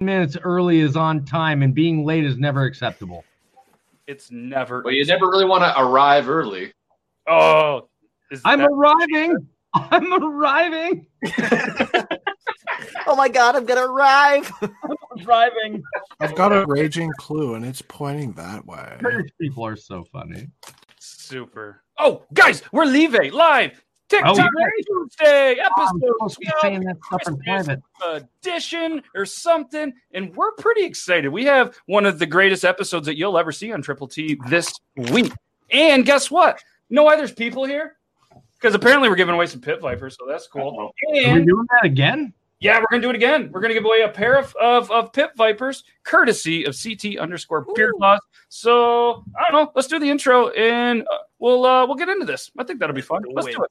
minutes early is on time, and being late is never acceptable. It's never. Well, you never really want to arrive early. Oh, is I'm that- arriving. I'm arriving. Oh my god, I'm gonna arrive. I'm driving. I've got a raging clue, and it's pointing that way. British people are so funny. super. Oh, guys, we're leaving live. Oh, TikTok yeah. Oh, Tuesday I'm episode supposed to be yeah, saying that stuff in private. edition or something, and we're pretty excited. We have one of the greatest episodes that you'll ever see on Triple T this week. And guess what? You know why there's people here? Because apparently we're giving away some pit vipers, so that's cool. Are we And doing that again? yeah, we're gonna do it again. We're gonna give away a pair of of, of pit vipers, courtesy of CT underscore beard laws. So I don't know. Let's do the intro, and uh, we'll uh, we'll get into this. I think that'll be fun. Let's do it.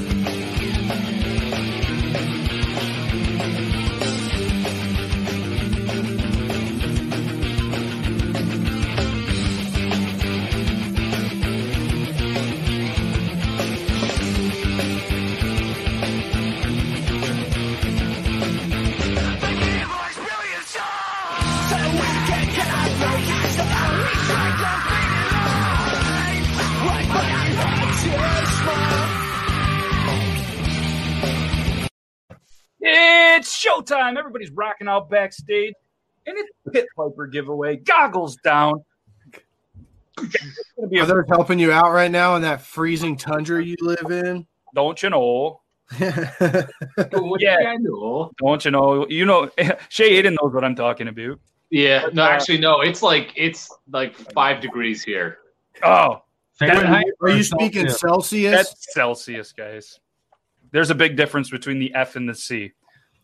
It's showtime. Everybody's rocking out backstage. And it's Pit Viper giveaway. Goggles down. It's gonna be a- Are those helping you out right now in that freezing tundra you live in? don't you know? yeah. Yeah, don't you know? You know, Shay Aiden knows what I'm talking about. Uh, Yeah. No, actually, no. It's like it's like five degrees here. Oh, Fahrenheit Are or you speaking Celsius? Celsius? that's Celsius, guys. There's a big difference between the F and the C.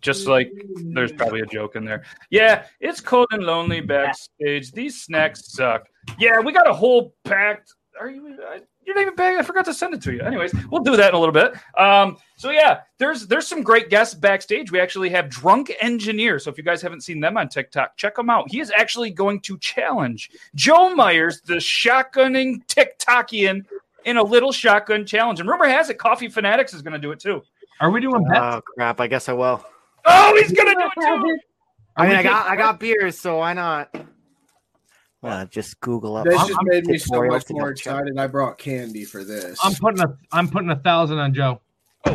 Just like there's probably a joke in there. Yeah, it's cold and lonely backstage. These snacks suck. Yeah, we got a whole packed. Are you? I- You're not even back. I forgot to send it to you. Anyways, we'll do that in a little bit. Um, so yeah, there's there's some great guests backstage. We actually have Drunk Engineer. So if you guys haven't seen them on TikTok, check them out. He is actually going to challenge Joe Myers, the shotgunning TikTokian, in a little shotgun challenge. And rumor has it, Coffee Fanatics is going to do it too. Are we doing that? Oh crap, I guess I will. Oh, he's going to do it too. I mean I got I got beers, so why not? Uh, just Google up. This just made me so tutorials much to more double check. excited. I brought candy for this. I'm putting a I'm putting a thousand on Joe.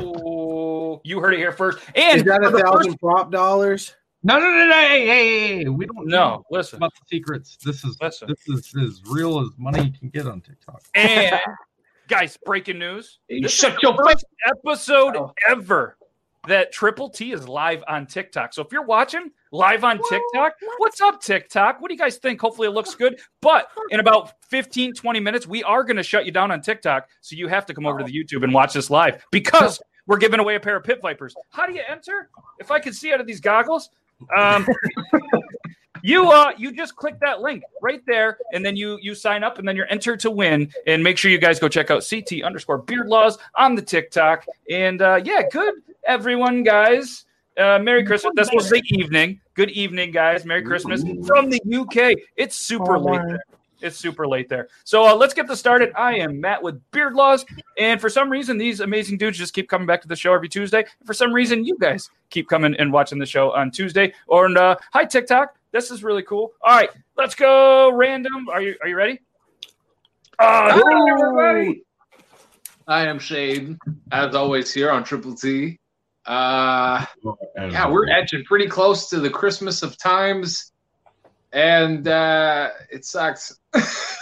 Oh, you heard it here first. And Is that for a the first- thousand prop dollars? No, no, no, no. Hey, hey, hey, hey. We don't No, know listen. about the secrets. This is Listen. this is as real as money you can get on TikTok. And guys, breaking news. You This shut is your the first episode ever that Triple T is live on TikTok. So if you're watching live on TikTok, what's up, TikTok? What do you guys think? Hopefully it looks good. But in about 15, 20 minutes, we are going to shut you down on TikTok. So you have to come over to the YouTube and watch this live because we're giving away a pair of pit vipers. How do you enter? If I could see out of these goggles, um, You uh, you just click that link right there, and then you you sign up, and then you're entered to win. And make sure you guys go check out CT underscore Beard Laws on the TikTok. And uh, yeah, good everyone, guys. Uh, Merry Christmas. That's supposed to say evening. Good evening, guys. Merry Christmas from the UK. It's super late. There. It's super late there. So uh, let's get this started. I am Matt with Beard Laws. And for some reason, these amazing dudes just keep coming back to the show every Tuesday. For some reason, you guys keep coming and watching the show on Tuesday. Or and, uh, hi, TikTok. This is really cool. All right, let's go random. Are you are you ready? Uh, hello, everybody. I am Shade, as always, here on Triple T. Uh, yeah, we're edging pretty close to the Christmas of times, and uh, it sucks.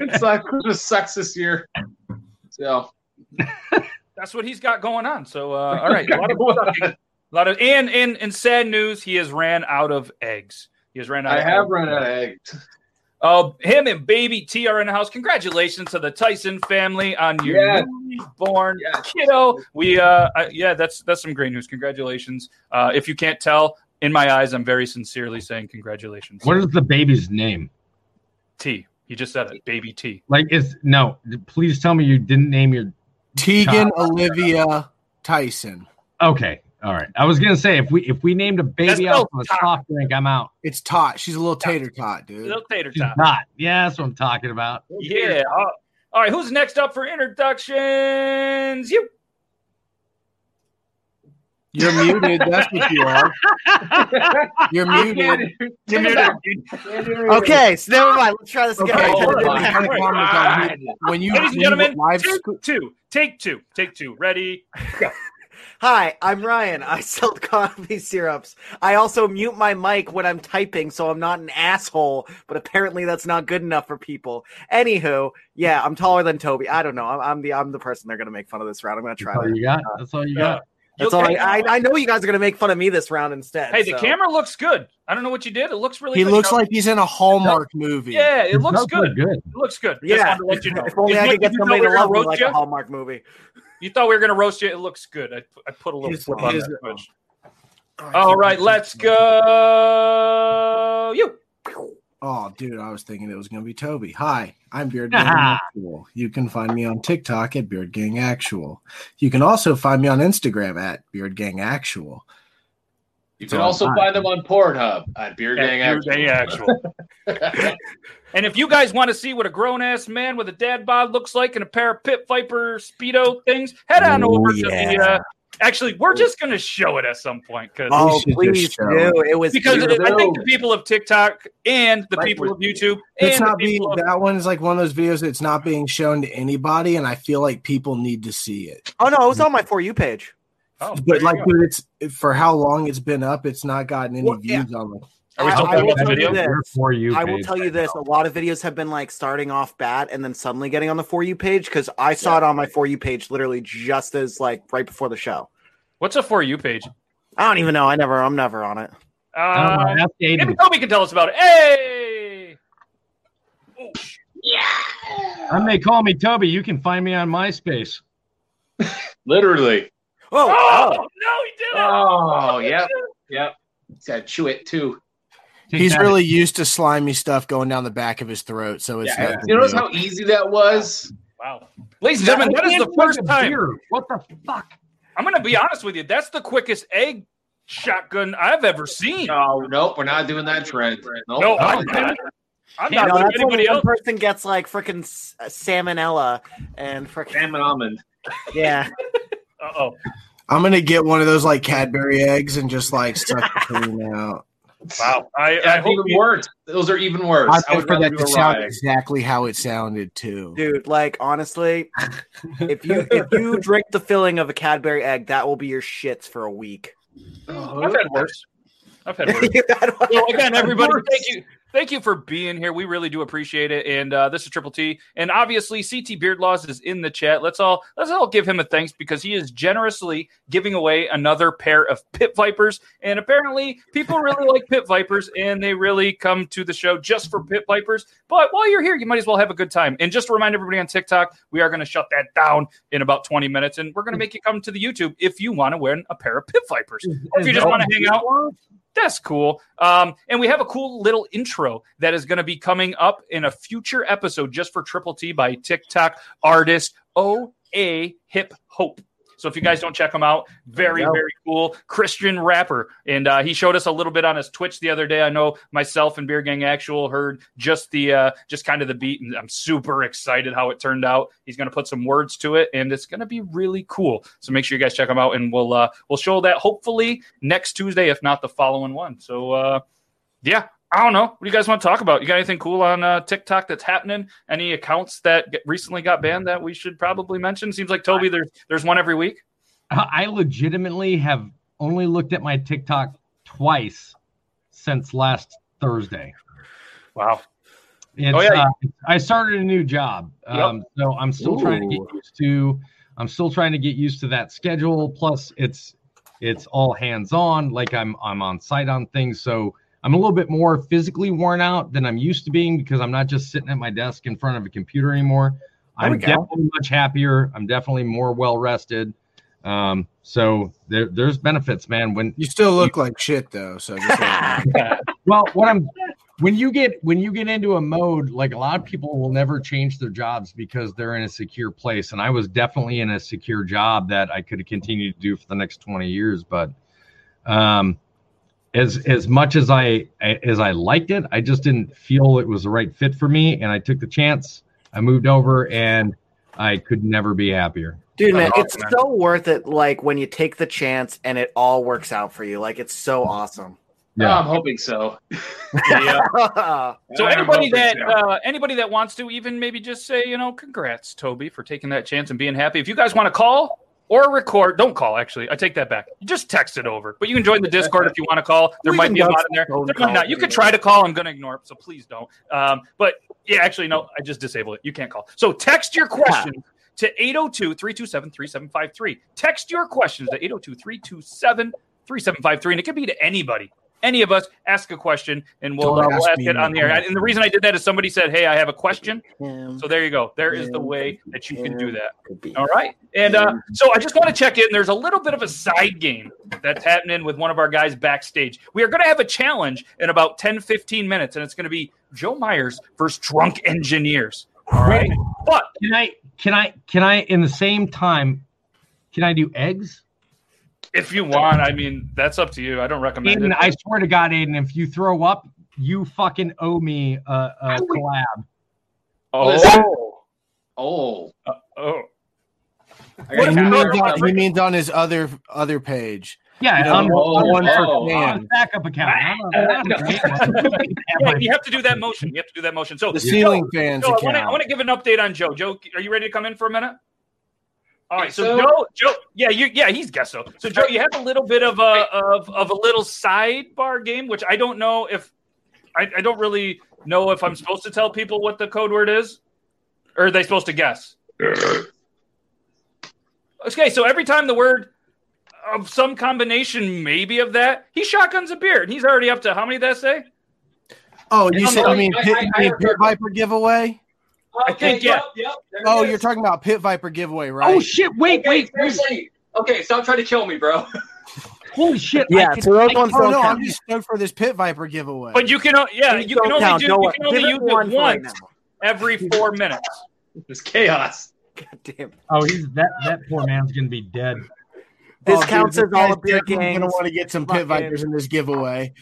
it's like Christmas sucks this year. So That's what he's got going on. So uh, all right, a lot of sucking. a lot of and and and sad news. He has ran out of eggs. He has ran out. I of have eggs. run out of eggs. Uh, him and baby T are in the house. Congratulations to the Tyson family on your Yeah. newly born kiddo. We, uh, I, yeah, that's that's some great news. Congratulations. Uh, if you can't tell, in my eyes, I'm very sincerely saying congratulations. What is the baby's name? T? He just said it, baby T. Like, is no. Please tell me you didn't name your Tegan child. Olivia Tyson. Okay, all right. I was gonna say if we if we named a baby That's out of a soft drink, I'm out. It's tot. She's a little tater tot, dude. Little tater She's tot. not. Yeah, that's what I'm talking about. Yeah. Uh, all right. Who's next up for introductions? You. You're muted. That's what you are. You're muted. You're muted. Okay, so never mind. Let's try this again. Okay, Oh, then my I had a comment God. on you. When you Ladies and when you gentlemen, live take two. Take two. Take two. Ready? Hi, I'm Ryan. I sell coffee syrups. I also mute my mic when I'm typing, so I'm not an asshole. But apparently, that's not good enough for people. Anywho, yeah, I'm taller than Toby. I don't know. I'm, I'm the I'm the person they're gonna make fun of this round. I'm gonna try. Oh, That's all that. you got. That's all you Uh, got. That's all. I, I, I know you guys are gonna make fun of me this round instead. Hey, the so. camera looks good. I don't know what you did. It looks really. He good. looks No. like he's in a Hallmark movie. Yeah, it, It looks does look good. good. It looks good. Just wanted Yeah, to let you know. if only I You- could get you somebody thought we to were gonna love me roast like you? a Hallmark movie. You thought we were going to roast you. It looks good. I, I put a little Here's- flip on here's- that. Twitch. uh, All right, let's go. You. Oh, dude, I was thinking it was going to be Toby. Hi, I'm Beard Gang Actual. You can find me on TikTok at Beard Gang Actual. You can also find me on Instagram at Beard Gang Actual. You can also find them on Pornhub at Beer Gang Beer Actual. Gang Actual. And if you guys want to see what a grown ass man with a dad bod looks like and a pair of pit viper speedo things, head on Oh, over to the. yeah. Uh, actually, we're just going to show it at some point because Oh, please do. It was because beautiful. I think the people of TikTok and the people of YouTube It's and the not being people of that one's like one of those videos that's not being shown to anybody, and I feel like people need to see it. Oh no, it was on my for you page. Oh, But like, dude, it's for how long it's been up, it's not gotten any views on it. Are we still I- I talking will about that tell you video? this. Your For you I will page. tell you this: a lot of videos have been like starting off bad and then suddenly getting on the for you page because I saw it on my for you page literally just as like right before the show. What's a for you page? I don't even know. I never. I'm never on it. I Uh, don't know, I updated maybe it. Toby can tell us about it. Hey, I may call me Toby. You can find me on MySpace. Literally. Oh, oh. no, he did it. Uh, Oh, yep. Yep. He's got to chew it too. Take He's that. really used to slimy stuff going down the back of his throat, so it's Yeah. nothing You notice new. how easy that was? Wow, ladies and gentlemen, I that is can't the drink first a time. beer. What the fuck? I'm going to be honest with you. That's the quickest egg shotgun I've ever seen. No, nope, we're not doing that trend. Nope. no, I'm not. I'm No, not letting that's when anybody one else. person gets like freaking s- uh, salmonella and freaking Damn it, almond. yeah. Uh oh. I'm gonna get one of those like Cadbury eggs and just like suck the cream out. Wow. I, I That's hope even you- worse. Those are even worse. I I would prefer rather that do to a sound rye. exactly how it sounded too. dude like honestly if you if you drink the filling of a cadbury egg that will be your shits for a week I've had worse. I've had worse. Well, again, everybody, thank you. Thank you for being here. We really do appreciate it. And uh, this is Triple T. And obviously, CT Beardlaws is in the chat. Let's all let's all give him a thanks because he is generously giving away another pair of pit vipers. And apparently, people really like pit vipers, and they really come to the show just for pit vipers. But while you're here, you might as well have a good time. And just to remind everybody on TikTok, we are going to shut that down in about 20 minutes, and we're going to make you come to the YouTube if you want to win a pair of pit vipers, or if you just want to hang out. That's cool. Um, and we have a cool little intro that is going to be coming up in a future episode just for Triple T by TikTok artist OA Hip Hope. So if you guys don't check him out, very, There you go. very cool Christian rapper. And uh, he showed us a little bit on his Twitch the other day. I know myself and Beer Gang Actual heard just the, uh, just kind of the beat. And I'm super excited how it turned out. He's going to put some words to it and it's going to be really cool. So make sure you guys check him out and we'll, uh, we'll show that hopefully next Tuesday, if not the following one. So, uh, yeah. I don't know. What do you guys want to talk about? You got anything cool on uh, TikTok that's happening? Any accounts that get- recently got banned that we should probably mention? Seems like Toby, there's there's one every week. I legitimately have only looked at my TikTok twice since last Thursday. Wow. It's, Oh, yeah. uh, I started a new job, um, so I'm still trying to Ooh. get used to. I'm still trying to get used to that schedule. Plus, it's it's all hands on. Like I'm I'm on site on things, so I'm a little bit more physically worn out than I'm used to being because I'm not just sitting at my desk in front of a computer anymore. There we I'm go. definitely much happier. I'm definitely more well rested. Um, so there, there's benefits, man. When you still look like shit though, so just let me know. well, what I'm when you get when you get into a mode like a lot of people will never change their jobs because they're in a secure place, and I was definitely in a secure job that I could continue to do for the next 20 years, but um as as much as I as I liked it, I just didn't feel it was the right fit for me, and I took the chance. I moved over, and I could never be happier. Dude, man, Oh, it's so worth it. Like when you take the chance and it all works out for you. Like it's so awesome. Yeah. I'm Um, hoping so. So I anybody hope that it's- uh, anybody that wants to even maybe just say you know congrats Toby for taking that chance and being happy. If you guys want to call or record, don't call. Actually, I take that back. Just text it over. But you can join the Discord if you want to call. There We might can be a go lot in there. phone There call. might not. You can try to call. I'm going to ignore it, so please don't. Um, but yeah, actually no, I just disabled it. You can't call. So text your question. To 802 327 3753. Text your questions to 802 327 3753. And it could be to anybody, any of us. Ask a question and we'll, Don't uh, we'll ask ask me it on the air. nothing. And the reason I did that is somebody said, "Hey, I have a question." So there you go. There is the way that you can do that. All right. And uh, so I just want to check in. There's a little bit of a side game that's happening with one of our guys backstage. We are going to have a challenge in about 10, 15 minutes, and it's going to be Joe Myers versus Drunk Engineers. All right. But can I can I can I in the same time can I do eggs? If you want, I mean, that's up to you. I don't recommend Aiden, it. I swear to God, Aiden, if you throw up, you fucking owe me a, a collab. Oh. Oh. oh. He means, on, he means on his other other page. Yeah, You know, on- one- one for oh, fan. on backup account. I'm a- I'm a- Yeah, you have to do that motion. You have to do that motion. So The ceiling fans Joe, I wanna- account. I want to give an update on Joe. Joe, are you ready to come in for a minute? All right, so, So- Joe, Joe, yeah, you, yeah, he's guess so. So Joe, you have a little bit of a of, of a little sidebar game, which I don't know if I, I don't really know if I'm supposed to tell people what the code word is, or are they supposed to guess? Okay, so every time the word of some combination, maybe of that, he shotguns a beer, and he's already up to how many did I say? Oh, you I'm said sorry, you mean I- Pit, I- you I mean heard Pit Viper giveaway? I think yeah. Oh, you're talking about Pit Viper giveaway, right? Oh shit! Wait, wait, Seriously. Okay, stop trying to kill me, bro. Holy shit! Yeah, I so those ones Oh don't no, count. I'm just stoked for this Pit Viper giveaway. But you can, o- yeah, These you can don't only count. do, No you one- can only give it use it one for right once every four minutes. It's chaos. God damn. Oh, he's that that poor man's gonna be dead. Oh, This counts as all of your I'm games. gonna want to get some Pit Vipers in this giveaway.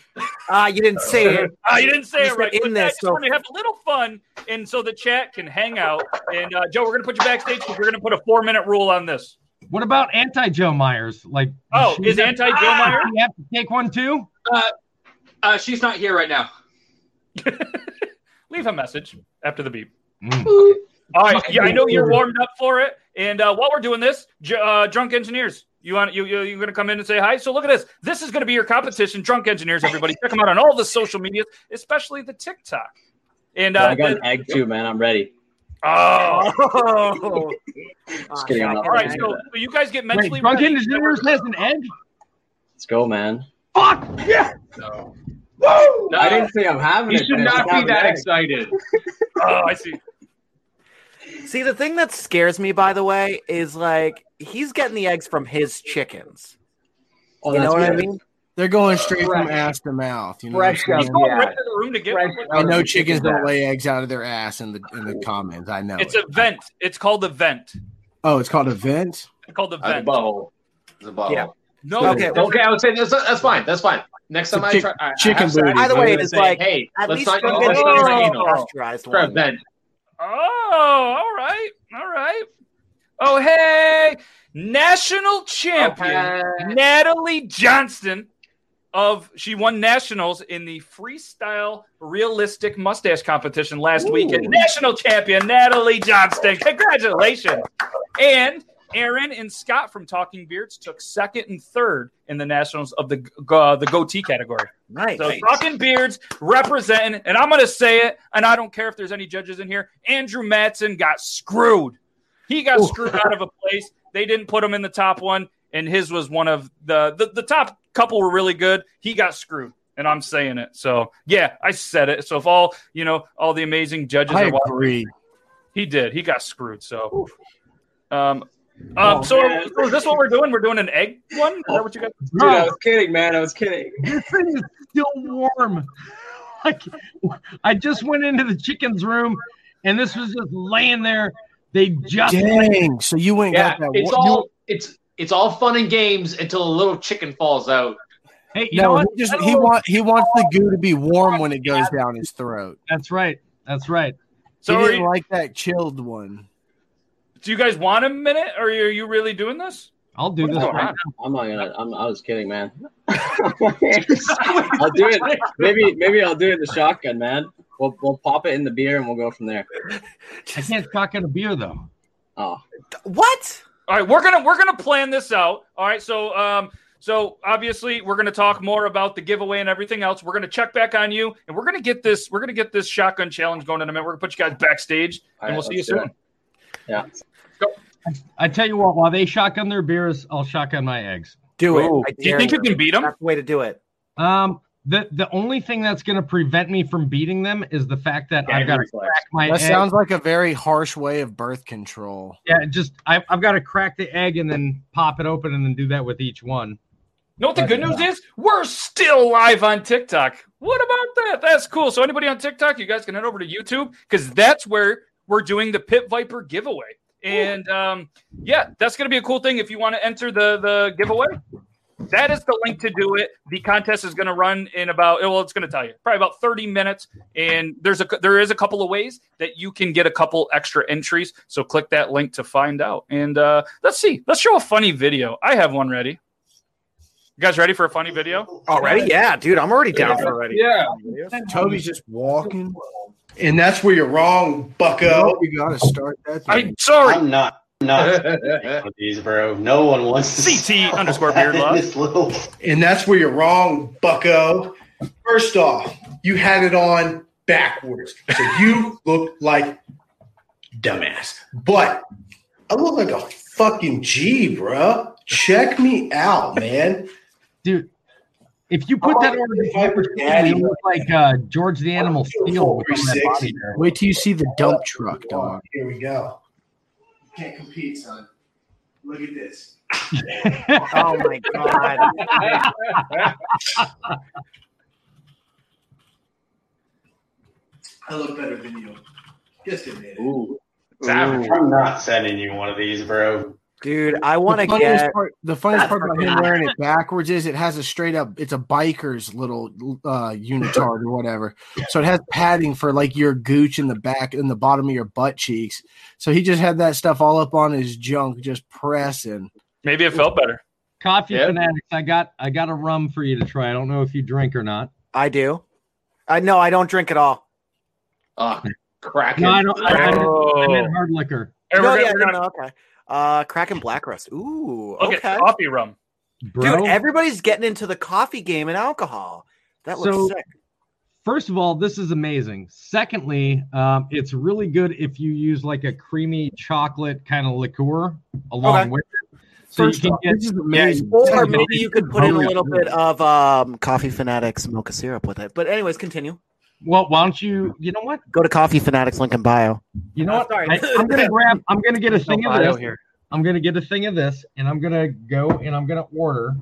Ah, you didn't say it. Oh, you didn't say You it said right. In But I this, just so want to have a little fun, and so the chat can hang out. And uh, Joe, we're gonna put you backstage because we're gonna put a four-minute rule on this. What about anti Joe Myers? Like, Oh, is anti Joe Myers? You Ah! have to take one too. Uh, uh, she's not here right now. Leave a message after the beep. Mm. All right, yeah, I know you're warmed up for it. And uh, while we're doing this, J- uh, drunk engineers, you want you, you you're gonna come in and say hi. So look at this. This is gonna be your competition, drunk engineers. Everybody, check them out on all the social media, especially the TikTok. And uh, I got the- an egg too, man. I'm ready. Oh. Just kidding, I'm not All right, ready. so so you guys get Wait, mentally drunk ready. engineers has an edge. Let's go, man. Yeah. Woo! I didn't say I'm having You it. should man. not It's be that egg. excited. Oh, I see. See, the thing that scares me, by the way, is like he's getting the eggs from his chickens. Oh, you know that's what I good. mean? They're going straight from ass to mouth. You know, what I'm Fresh saying? out the ass. The room to get I know chickens don't lay eggs out of their ass in the in the comments. I know. It's it. a vent. It's called a vent. oh, it's called a vent. It's called a Uh, the vent. butthole. The bottle. Yeah. No. Okay. Okay. I would say that's, that's fine. That's fine. Next It's a time I chick- try, I, I chicken have sex, booty, I'm Either way, gonna it's say, like, hey, at let's not least don't use get this it as as an anal. industrialized one. Prevent. Oh, all right. All right. Oh, hey. National champion Natalie Johnston of she won nationals in the freestyle realistic mustache competition last weekend. National champion Natalie Johnston. Congratulations. And Aaron and Scott from Talking Beards took second and third in the nationals of the uh, the goatee category. Nice. So Talking Beards representing, and I'm going to say it, and I don't care if there's any judges in here. Andrew Matson got screwed. He got screwed out of a place. They didn't put him in the top one, and his was one of the the, the top couple were really good. He got screwed, and I'm saying it. So yeah, I said it. So if all you know, all the amazing judges I are watching, agree. he did. He got screwed. So, um, Oh, um, so, so is this what we're doing? We're doing an egg one. Is that what you guys? Dude, I was kidding, man. I was kidding. This thing is still warm. Like I just went into the chicken's room, and this was just laying there. They just Dang. So you went Yeah, and got that. It's wa- all it's it's all fun and games until a little chicken falls out. Hey, you, no, he just he want he wants the goo to be warm when it goes down his throat. That's right. That's right. So So he are didn't you- like that chilled one. Do you guys want a minute, or are you really doing this? I'll do this right I'm not gonna. I'm, I was kidding, man. I'll do it. Maybe maybe I'll do it in the shotgun, man. We'll we'll pop it in the beer and we'll go from there. I can't shotgun a beer though. Oh, What? All right, we're gonna we're gonna plan this out. All right, so um, so obviously we're gonna talk more about the giveaway and everything else. We're gonna check back on you, and we're gonna get this we're gonna get this shotgun challenge going in a minute. We're gonna put you guys backstage, All and right, we'll see you let's soon. do yeah. I tell you what, while they shotgun their beers, I'll shotgun my eggs. Do it. I Do you dare think you can beat them? That's the way to do it. Um, the the only thing that's going to prevent me from beating them is the fact that I've got to crack my. that egg. sounds like a very harsh way of birth control. Yeah, just I, I've got to crack the egg and then pop it open and then do that with each one. You know what the good news is? We're still live on TikTok. What about that? That's cool. So anybody on TikTok, you guys can head over to YouTube because that's where we're doing the Pit Viper giveaway. And um, yeah, that's gonna be a cool thing if you want to enter the the giveaway. That is the link to do it. The contest is going to run in about well, it's going to tell you probably about thirty minutes. And there's a there is a couple of ways that you can get a couple extra entries. So click that link to find out. And uh, let's see, let's show a funny video. I have one ready. You guys ready for a funny video? Already? Yeah, dude, I'm already down for already. Yeah. Toby's just walking. And that's where you're wrong, bucko. You gotta start that. I'm sorry. I'm not. I'm not. with these, bro. No one wants to CT underscore beard love. this little. And that's where you're wrong, bucko. First off, you had it on backwards. So you look like dumbass. But I look like a fucking G, bro. Check me out, man. Dude, if you put that over the Viper You look like uh, George the Animal Steel. with all that body 360. hair. Wait till you see the dump truck, dog. Here we go. Can't compete, son. Look at this. Oh my god. I look better than you. Just admit it. Savage. I'm not sending you one of these, bro. Dude, I want to the funniest get part, the funniest part about him wearing it backwards is it has a straight up it's a biker's little uh unitard or whatever so it has padding for like your gooch in the back in the bottom of your butt cheeks so he just had that stuff all up on his junk just pressing Maybe it felt better. Coffee Yeah. fanatics, I got I got a rum for you to try. I don't know if you drink or not. I do. I no, I don't drink at all. Oh, crack No, I don't. I, I, meant- I meant hard liquor. No, Oh. we're gonna- yeah, we're no, gonna- no, okay. Uh, Kraken Black Rust. Ooh, Look okay. at coffee rum. Dude, everybody's getting into the coffee game and alcohol. That looks So- sick. First of all, this is amazing. Secondly, um, it's really good if you use like a creamy chocolate kind of liqueur along Okay. with it. So you First can off, get this is amazing. Or maybe you could put in a little bit of um, coffee fanatics mocha syrup with it. But anyways, continue. Well, why don't you? You know what? Go to coffee fanatics link in bio. You know what? sorry. I, am gonna grab. I'm gonna get a There's no thing of bio this. here. I'm gonna get a thing of this, and I'm gonna go and I'm gonna order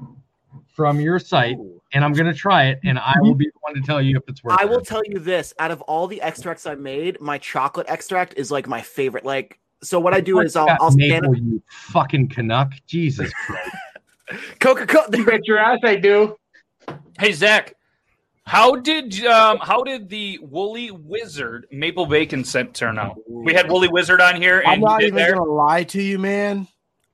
from your site, and I'm gonna try it, and I will be the one to tell you if it's worth. I it. will tell you this: out of all the extracts I made, my chocolate extract is like my favorite. Like, so what I do is I'll, Got I'll stand. maple, you fucking Canuck. Jesus Christ. Coca Cola. You bet your ass I do. Hey Zach, how did um how did the Woolly Wizard Maple Bacon scent turn out? We had Woolly Wizard on here, and I'm not you even did there. gonna lie to you, man.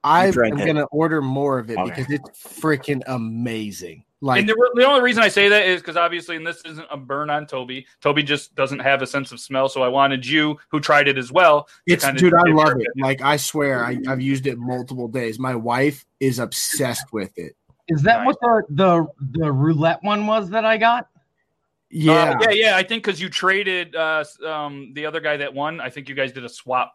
I am drank it. gonna order more of it Okay. because it's freaking amazing. Like and the, re- the only reason I say that is because obviously, and this isn't a burn on Toby. Toby just doesn't have a sense of smell, so I wanted you, who tried it as well, to it's kinda dude, I give your love it. opinion. Like I swear, I, I've used it multiple days. My wife is obsessed with it. Is that what the, the the roulette one was that I got? Uh, yeah, yeah. I think because you traded uh, s- um, the other guy that won. I think you guys did a swap.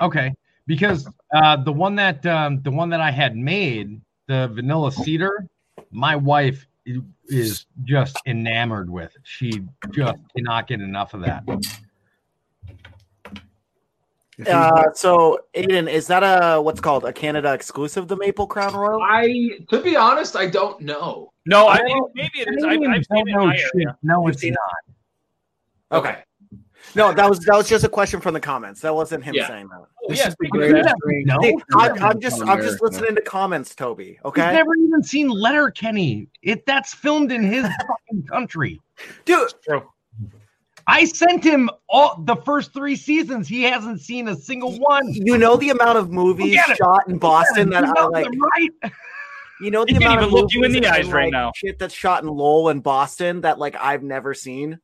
Okay, because uh, the one that um, the one that I had made, the vanilla cedar, my wife i- is just enamored with. She just cannot get enough of that. Uh, so Aiden, is that a what's called a Canada exclusive? The Maple Crown Royal. I to be honest, I don't know. No, I think Oh, maybe it is. I, I've seen it in my area. No, it's not. Okay. No, that was that was just a question from the comments. That wasn't him Yeah. saying that. This Oh, yeah, is the speaking of greatest that, drink no. Hey, ever I'm, I'm just from I'm just America. listening to comments, Toby. I've Okay, never even seen Letter Kenny. It that's filmed in his fucking country, dude. I sent him all the first three seasons. He hasn't seen a single one. You know the amount of movies Look at it. shot in Look at Boston it. that You I know like. them, right? You know the He can't amount of even look you in the movies and, eyes right like, now. Shit that's shot in Lowell and Boston that like I've never seen.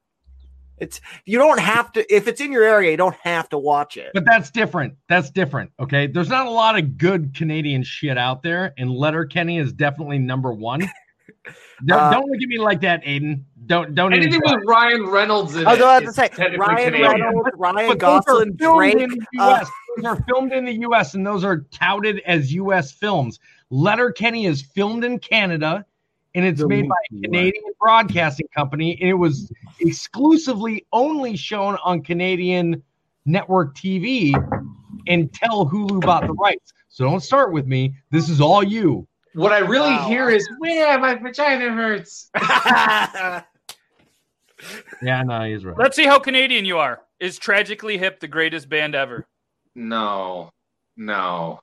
It's you don't have to if it's in your area. You don't have to watch it. But that's different. That's different. Okay. There's not a lot of good Canadian shit out there, and Letterkenny is definitely number one. don't, Uh, don't look at me like that, Aiden. Don't don't even Anything try. with Ryan Reynolds in Oh, it. I was about to is say technically Ryan Canadian. Reynolds, Ryan But those are Gosling, filmed in Drake. the uh, US. those are filmed in the U.S. and those are touted as U.S. films. Letterkenny is filmed in Canada, and it's made by a Canadian broadcasting company. And it was exclusively only shown on Canadian network TV until Hulu bought the rights. So don't start with me. This is all you. What I really hear is, yeah, my vagina hurts. Yeah, no, he's right. Let's see how Canadian you are. Is Tragically Hip the greatest band ever? No, no,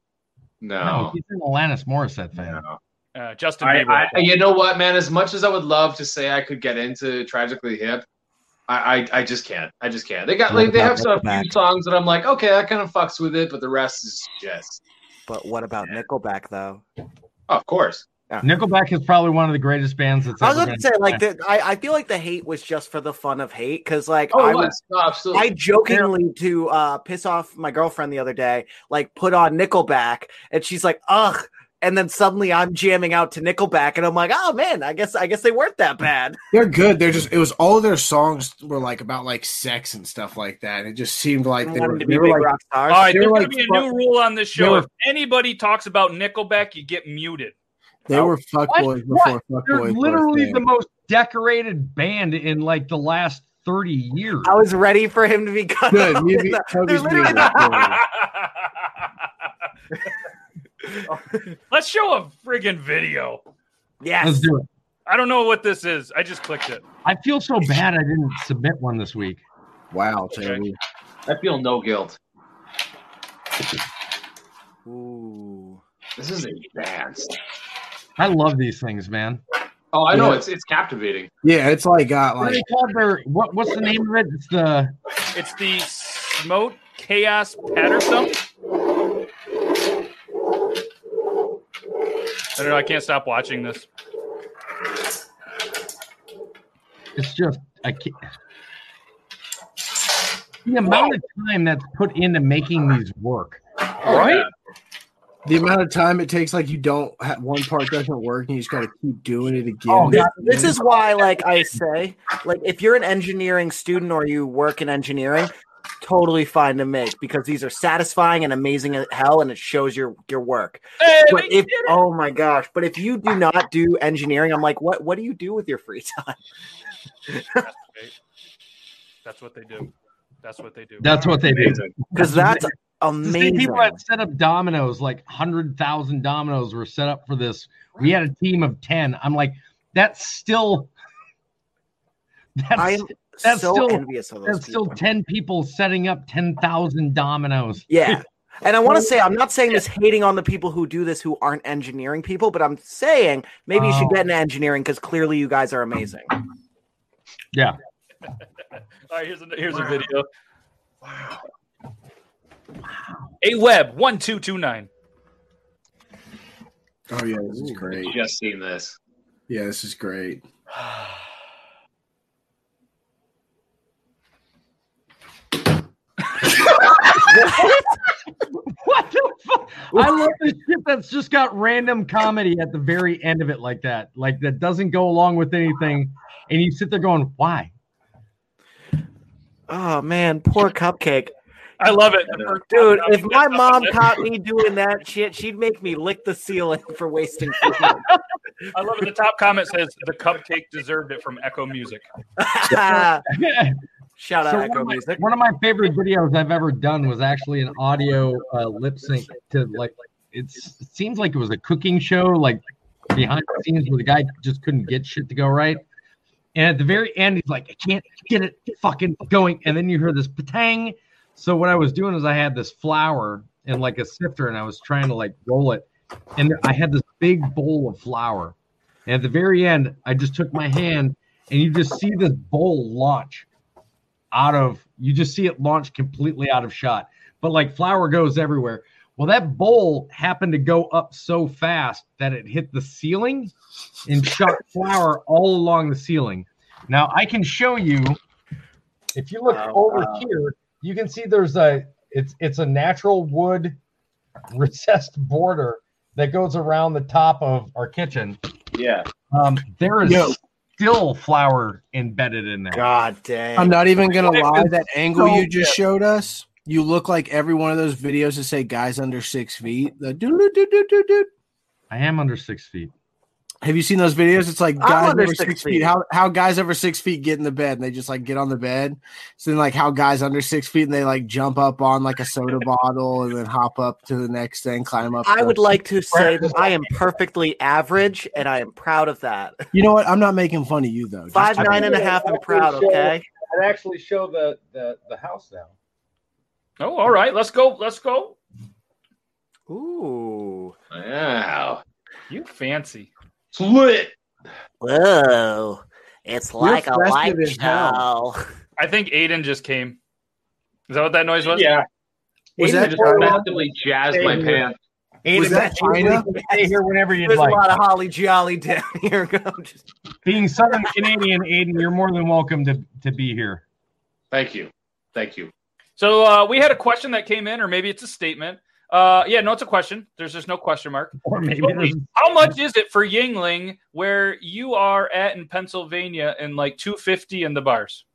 no. No, he's an Alanis Morissette fan. Uh, Justin I, Bieber. I, you know what, man? As much as I would love to say I could get into Tragically Hip, I, I, I just can't. I just can't. They got What like they about have some few Nickelback? songs that I'm like, okay, that kind of fucks with it, but the rest is just. But what about Nickelback though? Of course. Nickelback is probably one of the greatest bands that's I was ever about to been- say, like, the, I, I feel like the hate was just for the fun of hate because, like, Oh, I it was. was, No, absolutely. I jokingly to uh, piss off my girlfriend the other day, like, put on Nickelback, and she's like, ugh. And then suddenly I'm jamming out to Nickelback, and I'm like, oh man, I guess I guess they weren't that bad. They're good. They're just it was all their songs were like about like sex and stuff like that. And it just seemed like they Wanted were, to they be were big like rock All stars. right, they there's were going like to be a fuck- new rule on this show. They were- if anybody talks about Nickelback, you get muted. they were fuckboys before What? They're fuckboys. were a literally thing. the most decorated band in like the last 30 years. I was ready for him to be cut Good, off. you in beat the- Toby's they're literally- music, boy. Let's show a friggin' video. Yes. Let's do it. I don't know what this is. I just clicked it. I feel so bad I didn't submit one this week. Wow, Toby. I feel no guilt. Ooh. This is advanced. I love these things, man. Oh, I know Yeah. it's it's captivating. Yeah, it's like got What do like they call their what what's the name of it? It's the It's the Smote Chaos Patterson. I don't know. I can't stop watching this. it's just I can't the amount of time that's put into making these work. right. The amount of time it takes, like you don't ha one part doesn't work, and you just got to keep doing it again. this, Oh, this is why like i say like if you're an engineering student or you work in engineering totally fine to make because these are satisfying and amazing as hell and it shows your your work but if oh my gosh but if you do not do engineering i'm like what what do you do with your free time That's what they do. That's what they do. That's what they do. because that's The amazing. same people that set up dominoes, like 100,000 dominoes were set up for this. We had a team of 10. I'm like, that's still. That's, I'm that's so still, envious of those That's still 10 people setting up 10,000 dominoes. Yeah. And I want to say, I'm not saying this hating on the people who do this who aren't engineering people, but I'm saying maybe you should Oh. get into engineering because clearly you guys are amazing. Yeah. All right, here's a, here's a video. Wow. A web one two two nine. Oh yeah, this is great. Just seen this. Yeah, this is great. What the fuck? I love this shit that's just got random comedy at the very end of it, like that. Like that doesn't go along with anything. And you sit there going, why? Oh man, poor cupcake. I love it. Dude, if my mom caught me doing that shit, she'd make me lick the ceiling for wasting food. I love it. The top comment says the cupcake deserved it from Echo Music. Shout out So Echo one of my- Music. One of my favorite videos I've ever done was actually an audio uh, lip sync to like it's, it seems like it was a cooking show like behind the scenes where the guy just couldn't get shit to go right. And at the very end, he's like, I can't get it fucking going. And then you hear this patang. So what I was doing is I had this flour and like a sifter, and I was trying to like roll it. And I had this big bowl of flour. And at the very end, I just took my hand and you just see this bowl launch out of you just see it launch completely out of shot. But like flour goes everywhere. Well, that bowl happened to go up so fast that it hit the ceiling and shot flour all along the ceiling. Now I can show you if you look over here, you can see there's a it's it's a natural wood recessed border that goes around the top of our kitchen. Yeah. Um, there is Yo. still flour embedded in there. God damn. I'm not even gonna It lie. was That angle so you just good. showed us, you look like every one of those videos that say guys under six feet. The doo doo doo doo doo doo. I am under six feet. Have you seen those videos? It's like I'm guys under over six six, feet. feet. How how guys over six feet get in the bed and they just like get on the bed. So then like how guys under six feet and they like jump up on like a soda bottle and then hop up to the next thing, climb up. I would the- like to say that I am perfectly average and I am proud of that. You know what? I'm not making fun of you though. Just- Five nine and a half and proud, okay? I'd actually show the the, the house now. Oh, all right. Let's go. Let's go. Ooh. Wow. You fancy. Slit. Whoa. It's like a light festive as hell. show. I think Aiden just came. Is that what that noise was? Yeah. Was Aiden that just China? Definitely jazzed my pants. Aiden, Was that China? Stay here whenever you'd There's like. a lot of holly jolly down here. Being Southern Canadian, Aiden, you're more than welcome to, to be here. Thank you. Thank you. So uh, we had a question that came in, or maybe it's a statement. Uh, yeah, no, it's a question. There's just no question mark. Or maybe Totally. there's- How much is it for Yingling where you are at in Pennsylvania and like 250 in the bars?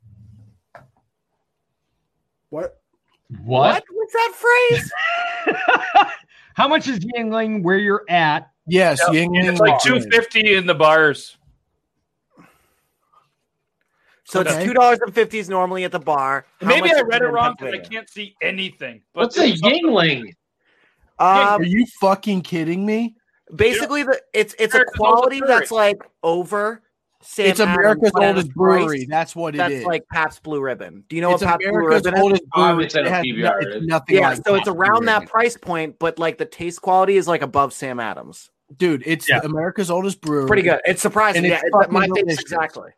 What? What? What's that phrase? How much is Yingling where you're at? Yes, Yeah, Yingling It's like Bar. 250 in the bars. So Okay. it's two dollars and fifties normally at the bar. How maybe I much is read it in wrong because I Pennsylvania? can't see anything. But What's a yingling? Um, Are you fucking kidding me? basically, the, it's it's a America's quality oldest brewery. that's like over. Sam It's America's Adams, Banana oldest Price. brewery. That's what it that's is. like Pabst Blue Ribbon. Do you know it's what Pabst Blue America's Ribbon oldest is? brewery. Obviously, It that's has no, PBR, it's right? nothing Yeah, like so it's Pabst around Brewery. that price point, but like the taste quality is like above Sam Adams. Dude, it's America's oldest brewery. Pretty good. It's surprising. And it's yeah, it's fucking my taste delicious. exactly.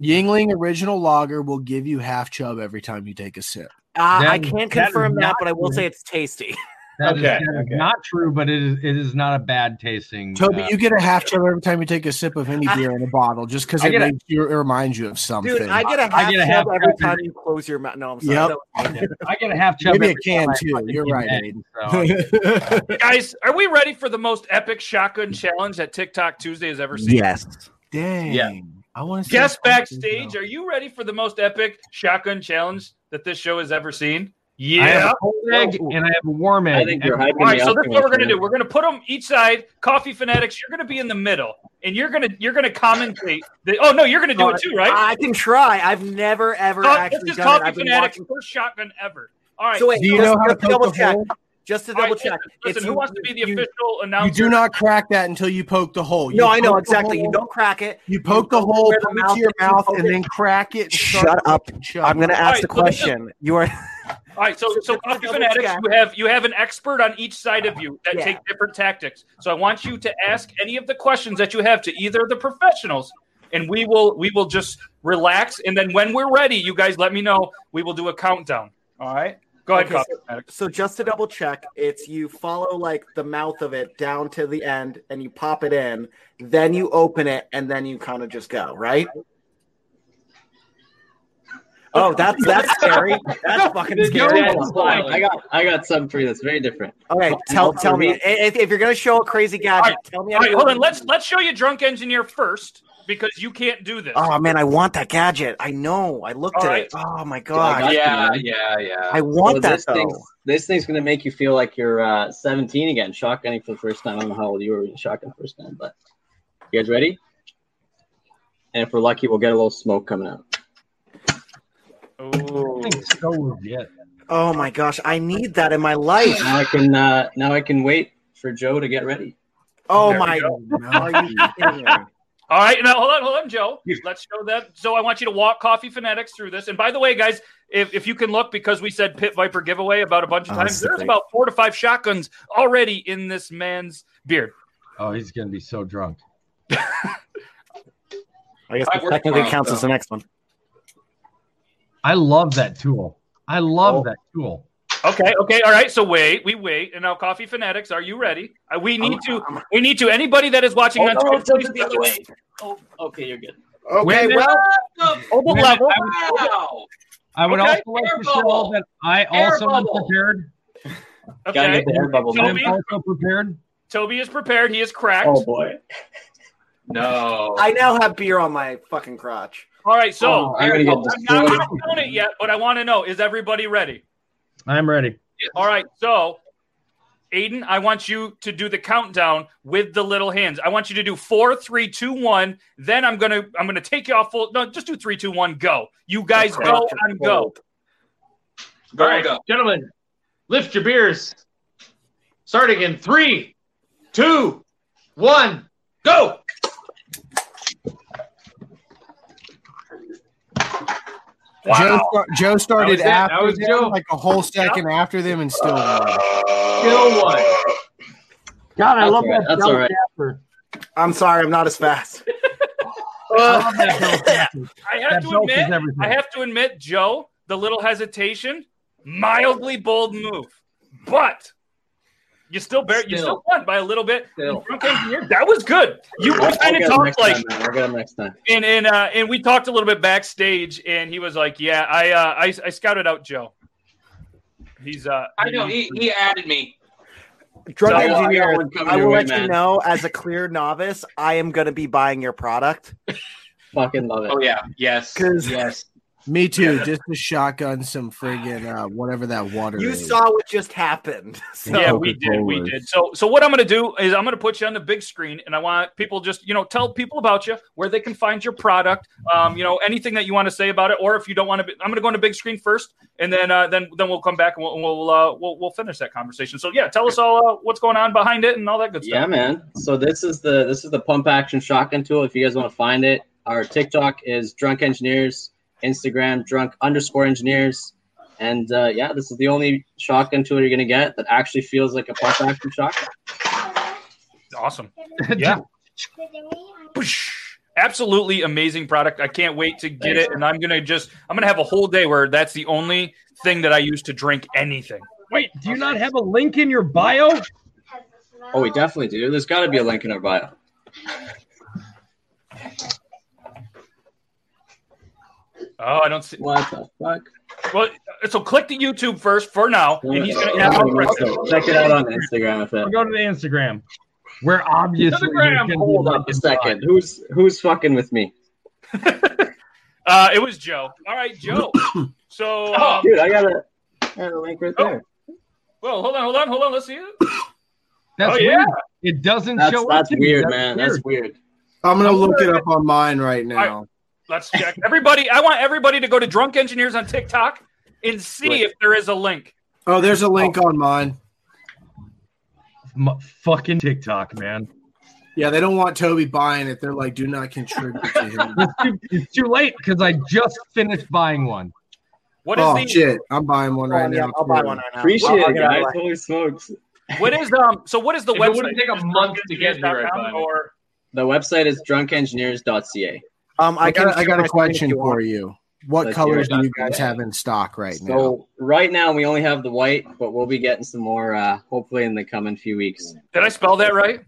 Yingling original lager will give you half chub every time you take a sip. Uh, I That- can't that is confirm that, not but I will good. say it's tasty. That is- Okay, that is not true, but it is it is not a bad tasting. Toby, uh, you get a half chub every time you take a sip of any beer in a bottle, just because I it, get a- makes you, it reminds you of something. Dude, I get a half I get a half chub every chub time every- you close your mouth. No, I'm sorry. Yep. That was- I get a half chub. Maybe a every can time I too. fucking You're eat right, that, so- Aiden. Guys, are we ready for the most epic shotgun challenge that TikTok Tuesday has ever seen? Yes. Dang. I want to Guest backstage, are you ready for the most epic shotgun challenge that this show has ever seen? I have Yeah. a cold egg and I have a warm egg. I think you're All hyping right, me so up this too is what we're much, gonna man. do. We're gonna put them each side. Coffee fanatics, you're gonna be in the middle, and you're gonna you're gonna commentate. The, oh no, you're gonna do it too, right? I can try. I've never ever Co- actually this is done it. coffee I've been fanatics watching. first shotgun ever. All right. So wait, just, just to double check. Just to All right, double check. Listen, If who you- wants to be the you- official You announcer? do not crack that until you poke the hole. Oh, You No, I know poke the exactly. You hole, don't crack it. You poke the hole, where the put it mouth to your is, you mouth, poke and it. then crack it. and Shut start up. shove. I'm going to ask the All right, so question. You are All right, so so coffee double fanatics, check. you have you have an expert on each side of you that Yeah. take different tactics. So I want you to ask any of the questions that you have to either of the professionals, and we will we will just relax, and then when we're ready, you guys let me know. We will do a countdown. All right, go ahead, Okay, coffee so- fanatics. So just to double check, it's you follow like the mouth of it down to the end and you pop it in, then you open it and then you kind of just go, right? Oh, that's that's scary. That's fucking Dude, scary. that's fine. I got I got something for you that's very different. Okay, tell tell me if, if you're gonna show a crazy gadget, tell me. All how right, you hold on. open it. Let's let's show you drunk engineer first because you can't do this. Oh man, I want that gadget. I know. I looked All at right. it. Oh my god. Yeah, yeah, yeah. I want that, this Thing's, though. this thing's gonna make you feel like you're uh, 17 again, shotgunning for the first time. I don't know how old you were when you shotgun first time, but you guys ready? And if we're lucky, we'll get a little smoke coming out. Oh, so legit. Oh my gosh, I need that in my life. Now I can uh, now I can wait for Joe to get ready. Oh There we my. go. Are you kidding me? All right, now hold on, hold on, Joe. Let's show that. So I want you to walk Coffee Fanatics through this. And by the way, guys, if, if you can look, because we said Pit Viper giveaway about a bunch of Oh, times, this is there's great. about four to five shotguns already in this man's beard. Oh, he's gonna be so drunk. I guess I that work technically tomorrow, counts so. as the next one. I love that tool. I love Oh. that tool. Okay, okay, all right. So wait, we wait, and now Coffee Fanatics, are you ready? Uh, We need to, we need to. Anybody that is watching Oh, on no, Twitch, don't please do it the watch other us. way. Oh, okay, you're good. Wait a minute. Oval Wait a minute, level. Wow. I would Okay, also like air to show bubble. that I Air also am bubble. prepared. Gotta get the air bubble, I'm man. also prepared. Toby is prepared. He is cracked. Oh boy. No. I now have beer on my fucking crotch. All right, so Oh, I'm gonna get I'm not destroyed. gonna count it yet, but I want to know: is everybody ready? I'm ready. All right, so Aiden, I want you to do the countdown with the little hands. I want you to do four, three, two, one. Then I'm gonna I'm gonna take you off full. No, just do three, two, one, go. You guys Okay. go and go. Go, go. Gentlemen, lift your beers. Starting in three, two, one, go. Joe, sta- Joe That was started it. That after was them, Joe. like a whole second after them, and still won. Still one. God, I That's love all right. that That's all right. I'm sorry, I'm not as fast. I have That to belt is admit, everything. I have to admit, Joe, the little hesitation, mildly bold move, but you still bear, you Still. still won by a little bit. Still. Drunk engineer, That was good. You I'll, I'll kind get 'em of talked next like time, man. I'll get him next time. and and uh, and we talked a little bit backstage, and he was like, "Yeah, I uh, I, I scouted out Joe. He's uh, I know he, he added me. Drug I got- I got engineer, one coming I your will way, let you man. know as a clear novice, I am going to be buying your product Fucking love it. Oh yeah. Yes. because Yes. Me too. Just to shotgun some friggin' uh, whatever that water. you is. saw what just happened. So, yeah, we did, we Coca-Cola. did. So so what I'm gonna do is I'm gonna put you on the big screen, and I want people just you know tell people about you, where they can find your product, um, you know anything that you want to say about it, or if you don't want to, I'm gonna go on the big screen first, and then uh, then then we'll come back and we'll we'll, uh, we'll we'll finish that conversation. So yeah, tell us all uh, what's going on behind it and all that good stuff. Yeah, man. So this is the this is the pump action shotgun tool. If you guys want to find it, our TikTok is drunk engineers, Instagram drunk underscore engineers, and uh, yeah, this is the only shotgun tool you're gonna get that actually feels like a pump action shotgun. Awesome. Yeah. Absolutely amazing product. I can't wait to get it. And I'm going to just, I'm going to have a whole day where that's the only thing that I use to drink anything. Wait, do you not have a link in your bio? Oh, we definitely do. There's got to be a link in our bio. Oh, I don't see. What the fuck? Well, so click the YouTube first for now. And he's going to, yeah, I'll press it. Check it out on Instagram if it. Go to the Instagram. Where obviously there's Instagram, gonna be Hold link up a inside. second. Who's who's fucking with me, Uh, it was Joe. All right, Joe. So, um, dude? I got a, I got a link right there. well, hold on, hold on, hold on. Let's see it. That's Oh, yeah. weird. It doesn't That's show up. that's to me. weird, man. That's weird. I'm gonna look it up on mine right now. Let's check. Everybody, I want everybody to go to Drunk Engineers on TikTok and see if there is a link. Oh, there's a link on mine. fucking TikTok, man. Yeah, they don't want Toby buying it. They're like, do not contribute to him. it's too late because I just finished buying one. What oh, is the- shit. I'm buying one Oh, right yeah, now. I'll buy too. one right now. Appreciate it, guys. Holy smokes. What is um? So what is the If it website? wouldn't take a month to get here, or The website is drunkengineers.ca. Um, I got, I got a question for you. What Let's colors hear it. do you guys have in stock right now? So right now we only have the white, but we'll be getting some more uh, hopefully in the coming few weeks. did I spell that right?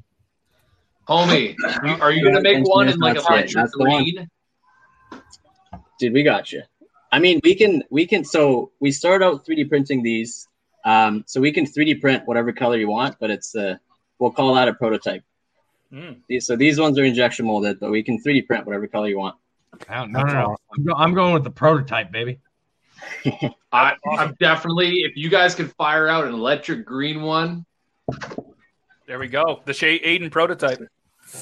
Homie, are you gonna make one in like a That's it. bunch of That's the one. green? Dude, we got you. I mean, we can we can. So we start out 3D printing these, um, so we can 3D print whatever color you want, but it's uh, we'll call that a prototype. Hmm. These, so these ones are injection molded, but we can 3D print whatever color you want. I don't, no, no, no. I'm, go- I'm going with the prototype, baby. I, I'm definitely. If you guys can fire out an electric green one, There we go. The Shay Aiden prototype.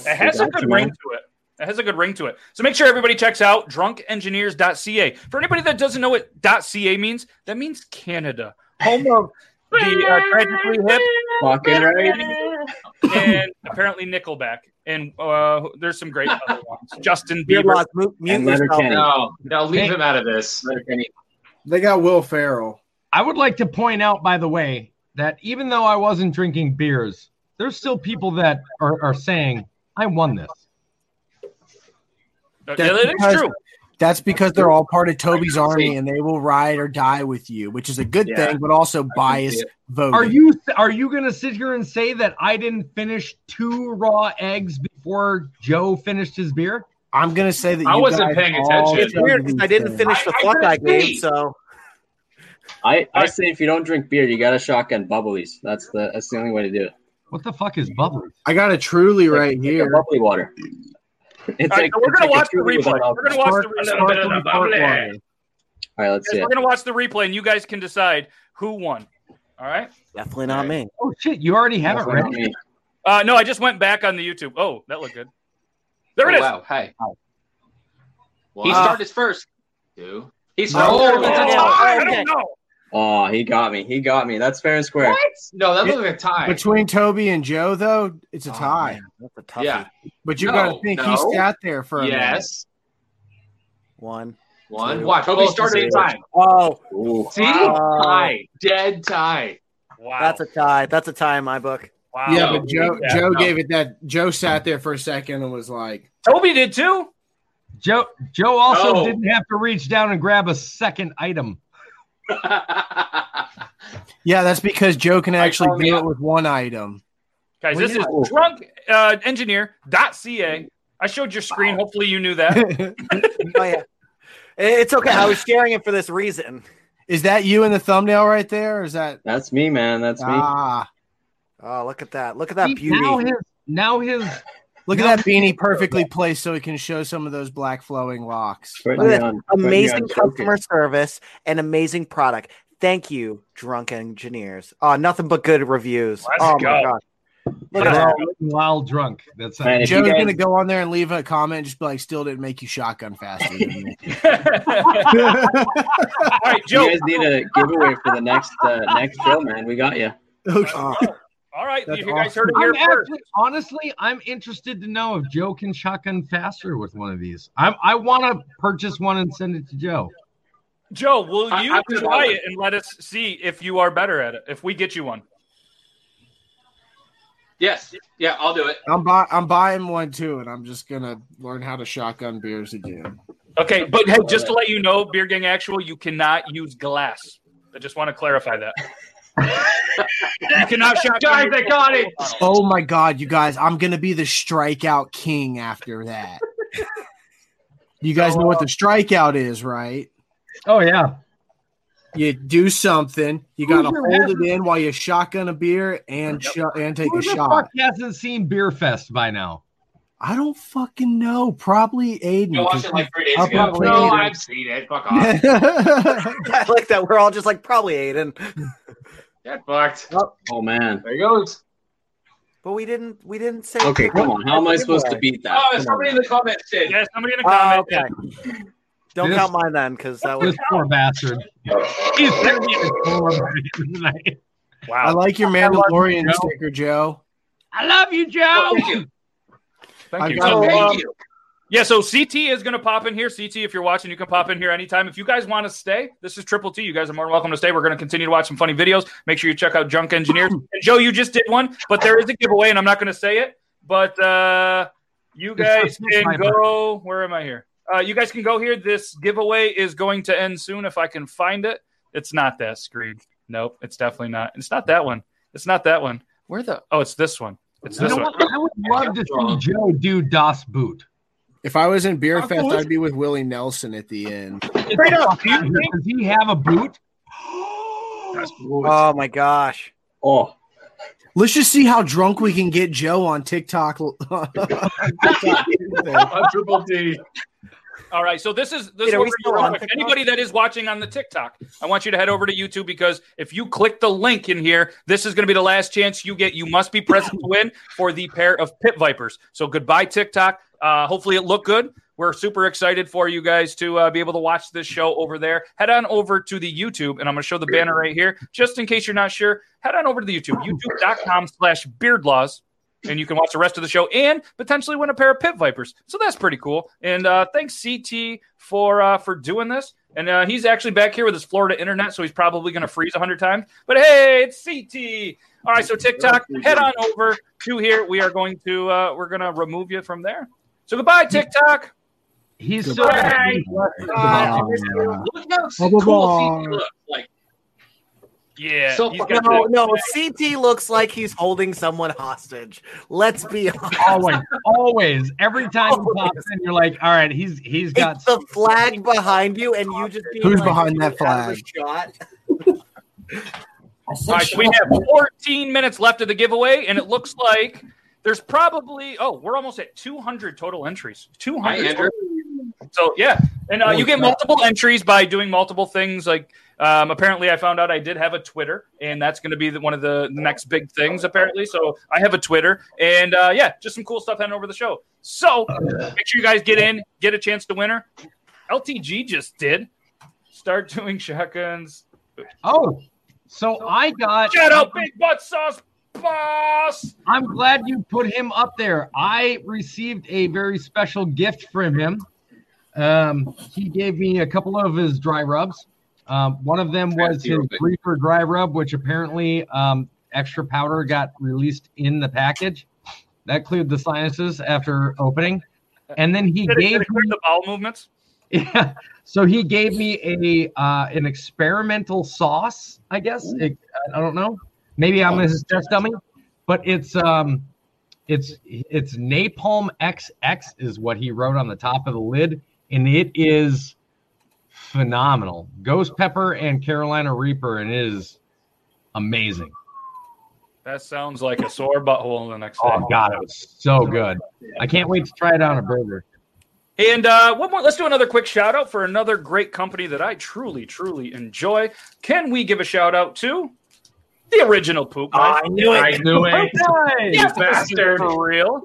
It has a got good you, ring man. to it. It has a good ring to it. So make sure everybody checks out drunkengineers.ca. For anybody that doesn't know what .ca means, that means Canada, home of the uh, tragically hip, Fucking right, and apparently Nickelback. And uh, there's some great other ones. Justin Beer Bieber. laws, mute- mute And yourself. Letterkenny. No, no, leave him out of this. They got Will Farrell. I would like to point out, by the way, that even though I wasn't drinking beers, there's still people that are, are saying, I won this. Yeah, that is true. That's because they're all part of Toby's army and they will ride or die with you, which is a good Yeah. thing, but also bias it. voting. Are you are you gonna sit here and say that I didn't finish two raw eggs before Joe finished his beer? I'm gonna say that I you wasn't guys paying all attention. did Weird, 'cause I didn't these finish things. the fuck I gave, so- I, I say if you don't drink beer, you got to shotgun bubblies. That's the that's the only way to do it. What the fuck is bubblies? I got a truly right here. bubbly water. It's All right, like- so we're it's like a gonna watch the truly replay. without We're gonna watch the alcohol. replay. Start- A little bit of the start bubbly. water. All right, let's Yes, see we're it. going to watch the replay, and you guys can decide who won. All right? Definitely not me. Oh shit, you already have it ready. Uh, no, I just went back on the YouTube. Oh, that looked good. There it Oh, is. Wow. Hi. He started first. Two. He started Oh, started. first. it's a I tie. don't know. Oh, he got me. He got me. That's fair and square. No, that looked like a tie. Between Toby and Joe, though, it's a Oh, tie. Yeah. But you No, gotta think he no. sat there for a Yes. One. One. Two. Watch. Toby Oh, started at zero. time. Oh, See? Wow. Tie. Dead tie. Wow. That's a tie. That's a tie in my book. Wow. minute. Yeah, but Joe Joe gave it that Joe sat there for a second and was like Toby did too. Joe Joe also Oh. No. didn't have to reach down and grab a second item. Yeah, that's because Joe can actually do it with one item. Guys, Well, this yeah. is drunk uh, engineer.ca. I showed your screen. Hopefully, you knew that. Oh, yeah. It's okay. I was sharing it for this reason. Is that you in the thumbnail right there? Or is that That's me, man. That's me. ah? Oh, look at that. Look at that See, beauty. now his- now his Look at that beanie perfectly placed so it can show some of those black flowing locks. uh, Look at that. Amazing customer service and amazing product. Thank you, drunk engineers. Oh, nothing but good reviews. Let's oh go. my god. Look at that. While uh, drunk. That's Man, if you Joe's guys- gonna go on there and leave a comment, and just be like, "Still didn't make you shotgun faster." Than me. All right, Joe. You guys need a giveaway for the next uh, next show, man. We got you. All right, That's you guys heard it I'm here first. actually- honestly, I'm interested to know if Joe can shotgun faster with one of these. I'm, I want to purchase one and send it to Joe. Joe, will I- you I've been try watching. it and let us see if you are better at it? If we get you one, Yes. Yeah, I'll do it. I'm buy- I'm buying one too, and I'm just gonna learn how to shotgun beers again. okay. But hey, just to let you know, Beer Gang Actual, you cannot use glass. I just want to clarify that. you cannot shotgun. Guys, I got it. Oh my god, you guys! I'm gonna be the strikeout king after that. You guys know what the uh, strikeout is, right? Oh yeah. You do something. You gotta Who's your hold it master- in while you shotgun a beer and sho- and take Who a the shot. fuck hasn't seen Beer Fest by now? I don't fucking know. Probably Aiden. You watched 'cause it like three he's days up ago. and No, playing. I've seen it. Fuck Uh, I like that. We're all just like probably Aiden. Get fucked. Oh, Oh man. There he goes. But we didn't. We didn't say. Okay, come on. How am I supposed to beat that? Oh, in the comments did. Yeah, somebody in the Oh, comments. okay. Don't This- count mine then, because that was This poor bastard. He's gonna be a poor bastard tonight. I like your I love you, Mandalorian Joe. sticker, Joe. I love you, Joe. Thank you. I've you. got So, a man- um, yeah, so CT is going to pop in here. CT, if you're watching, you can pop in here anytime. If you guys want to stay, this is Triple T. You guys are more than welcome to stay. We're going to continue to watch some funny videos. Make sure you check out Junk Engineers. And Joe, you just did one, but there is a giveaway, and I'm not going to say it. But uh, you It's guys for can Sniper. go. Where am I here? Uh, you guys can go here. This giveaway is going to end soon if I can find it. It's not that screen. Nope, it's definitely not. It's not that one. It's not that one. Where the? Oh, it's this one. It's You this know one. what? I would love to see Joe do Das Boot. If I was in Beer How Fest, cool is- I'd be with Willie Nelson at the end. Straight up, does he have a boot? Uh, Oh my gosh. Oh. Let's just see how drunk we can get Joe on TikTok. Triple D. All right, so this is this Wait, is are what we we're still doing. on If TikTok? Anybody that is watching on the TikTok, I want you to head over to YouTube because if you click the link in here, this is going to be the last chance you get. You must be present to win for the pair of Pit Vipers. So goodbye TikTok. Uh, hopefully it looked good. We're super excited for you guys to uh, be able to watch this show over there. Head on over to the YouTube, and I'm going to show the banner right here. Just in case you're not sure, head on over to the YouTube, youtube.com slash beardlaws and you can watch the rest of the show and potentially win a pair of pit vipers. So that's pretty cool. And uh, thanks CT for uh, for doing this. And uh, he's actually back here with his Florida internet, so he's probably going to freeze hundred times. But hey, it's CT. All right, so TikTok, head on over to here. We are going to uh, we're going to remove you from there. So goodbye TikTok. He's so- Goodbye. Uh, Look how cool CT looks like. Yeah. So he's got that- No, no. CT looks like he's holding someone hostage. Let's be honest. Always, always, every time he pops in, you're like, all right, he's he's got It's the flag behind you, and you just being Who's like, behind that "Dude, was flag?" a Shot. All right, so we have 14 minutes left of the giveaway, and it looks like there's probably oh, we're almost at 200 total entries. 200. Andrew. So yeah, and uh, Holy you get crap. multiple entries by doing multiple things. Like um, apparently, I found out I did have a Twitter, and that's going to be the, one of the, the next big things. Apparently, so I have a Twitter, and uh, yeah, just some cool stuff heading over the show. So make sure you guys get in, get a chance to winner. LTG just did start doing shotguns. Oh, so I got. Shut up, big butt sauce boss. I'm glad you put him up there. I received a very special gift from him. Um, he gave me a couple of his dry rubs. Um, one of them was his reefer dry rub, which apparently um, extra powder got released in the package. That cleared the sinuses after opening. And then he Did it- did gave it clear the bowel movements. yeah. So he gave me a uh, an experimental sauce, I guess. It, I don't know. Maybe I'm his test dummy, but it's um, it's it's napalm XX is what he wrote on the top of the lid, and it is phenomenal. Ghost pepper and Carolina Reaper, and it is amazing. That sounds like a sore butthole the next day. Oh God, it was so good. I can't wait to try it on a burger. And uh, one more, let's do another quick shout out for another great company that I truly, truly enjoy. Can we give a shout out to the original Poop Life? I knew it. I knew it. Nice. Yes, this is bastard. for real.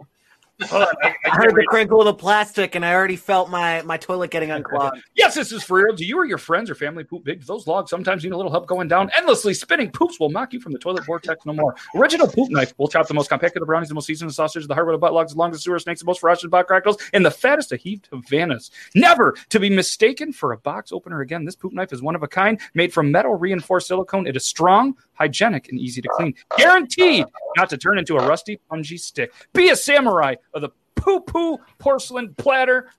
Hold on, I- I I can't heard the read. crinkle of the plastic, and I already felt my my toilet getting unclogged. Yes, this is for real. Do you or your friends or family poop big? Do Those logs sometimes need a little help going down. Endlessly spinning poops will knock you from the toilet vortex no more. Original poop knife will chop the most compact of the brownies, the most seasoned sausage, the hardwood of butt logs, the longest sewer snakes, the most ferocious butt crackles, and the fattest of heaved Havanas. Never to be mistaken for a box opener again. This poop knife is one of a kind, made from metal reinforced silicone. It is strong, hygienic, and easy to clean. Guaranteed not to turn into a rusty, pungy stick. Be a samurai of the poo poo porcelain platter.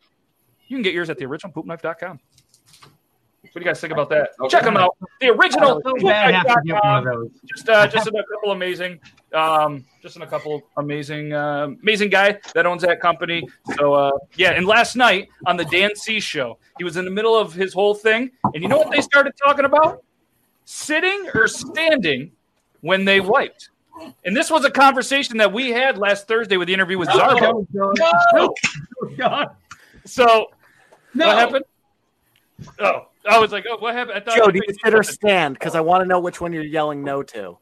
You can get yours at theoriginalpoopknife.com. What do you guys think about that? Check them out. The original. I feel bad having to get one of poopknife.com. those. Just, uh, just in a couple amazing, um, just in a couple amazing, uh, amazing guy that owns that company. So uh, yeah, and last night on the Dan C show, he was in the middle of his whole thing, and you know what they started talking about? Sitting or standing when they wiped. And this was a conversation that we had last Thursday with the interview Oh, with Zarbo. No, So no. what happened? Oh, I was like, oh, what happened? I thought Joe, do you sit or stand? Because I want to know which one you're yelling no to.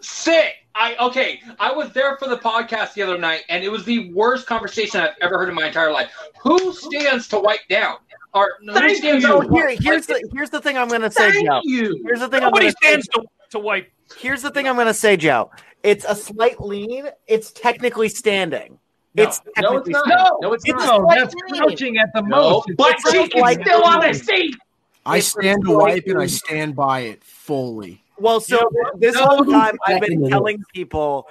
Sit. I okay. I was there for the podcast the other night, and it was the worst conversation I've ever heard in my entire life. Who stands to wipe down? Or Thank you. Here, here's the here's the thing I'm going to say, Thank Joe. you. Here's the thing Nobody I'm going stands to, to wipe. Here's the thing I'm going to say, Joe. It's a slight lean. It's technically standing. it's No, it's technically not. standing. No, it's a not. slight That's lean. crouching at the most. No, but It's she a can slight still on lean. a seat. I It's a stand to slight wipe and I lean. stand by it fully. Well, so You know th- what? this No, whole who's time I've been second in telling people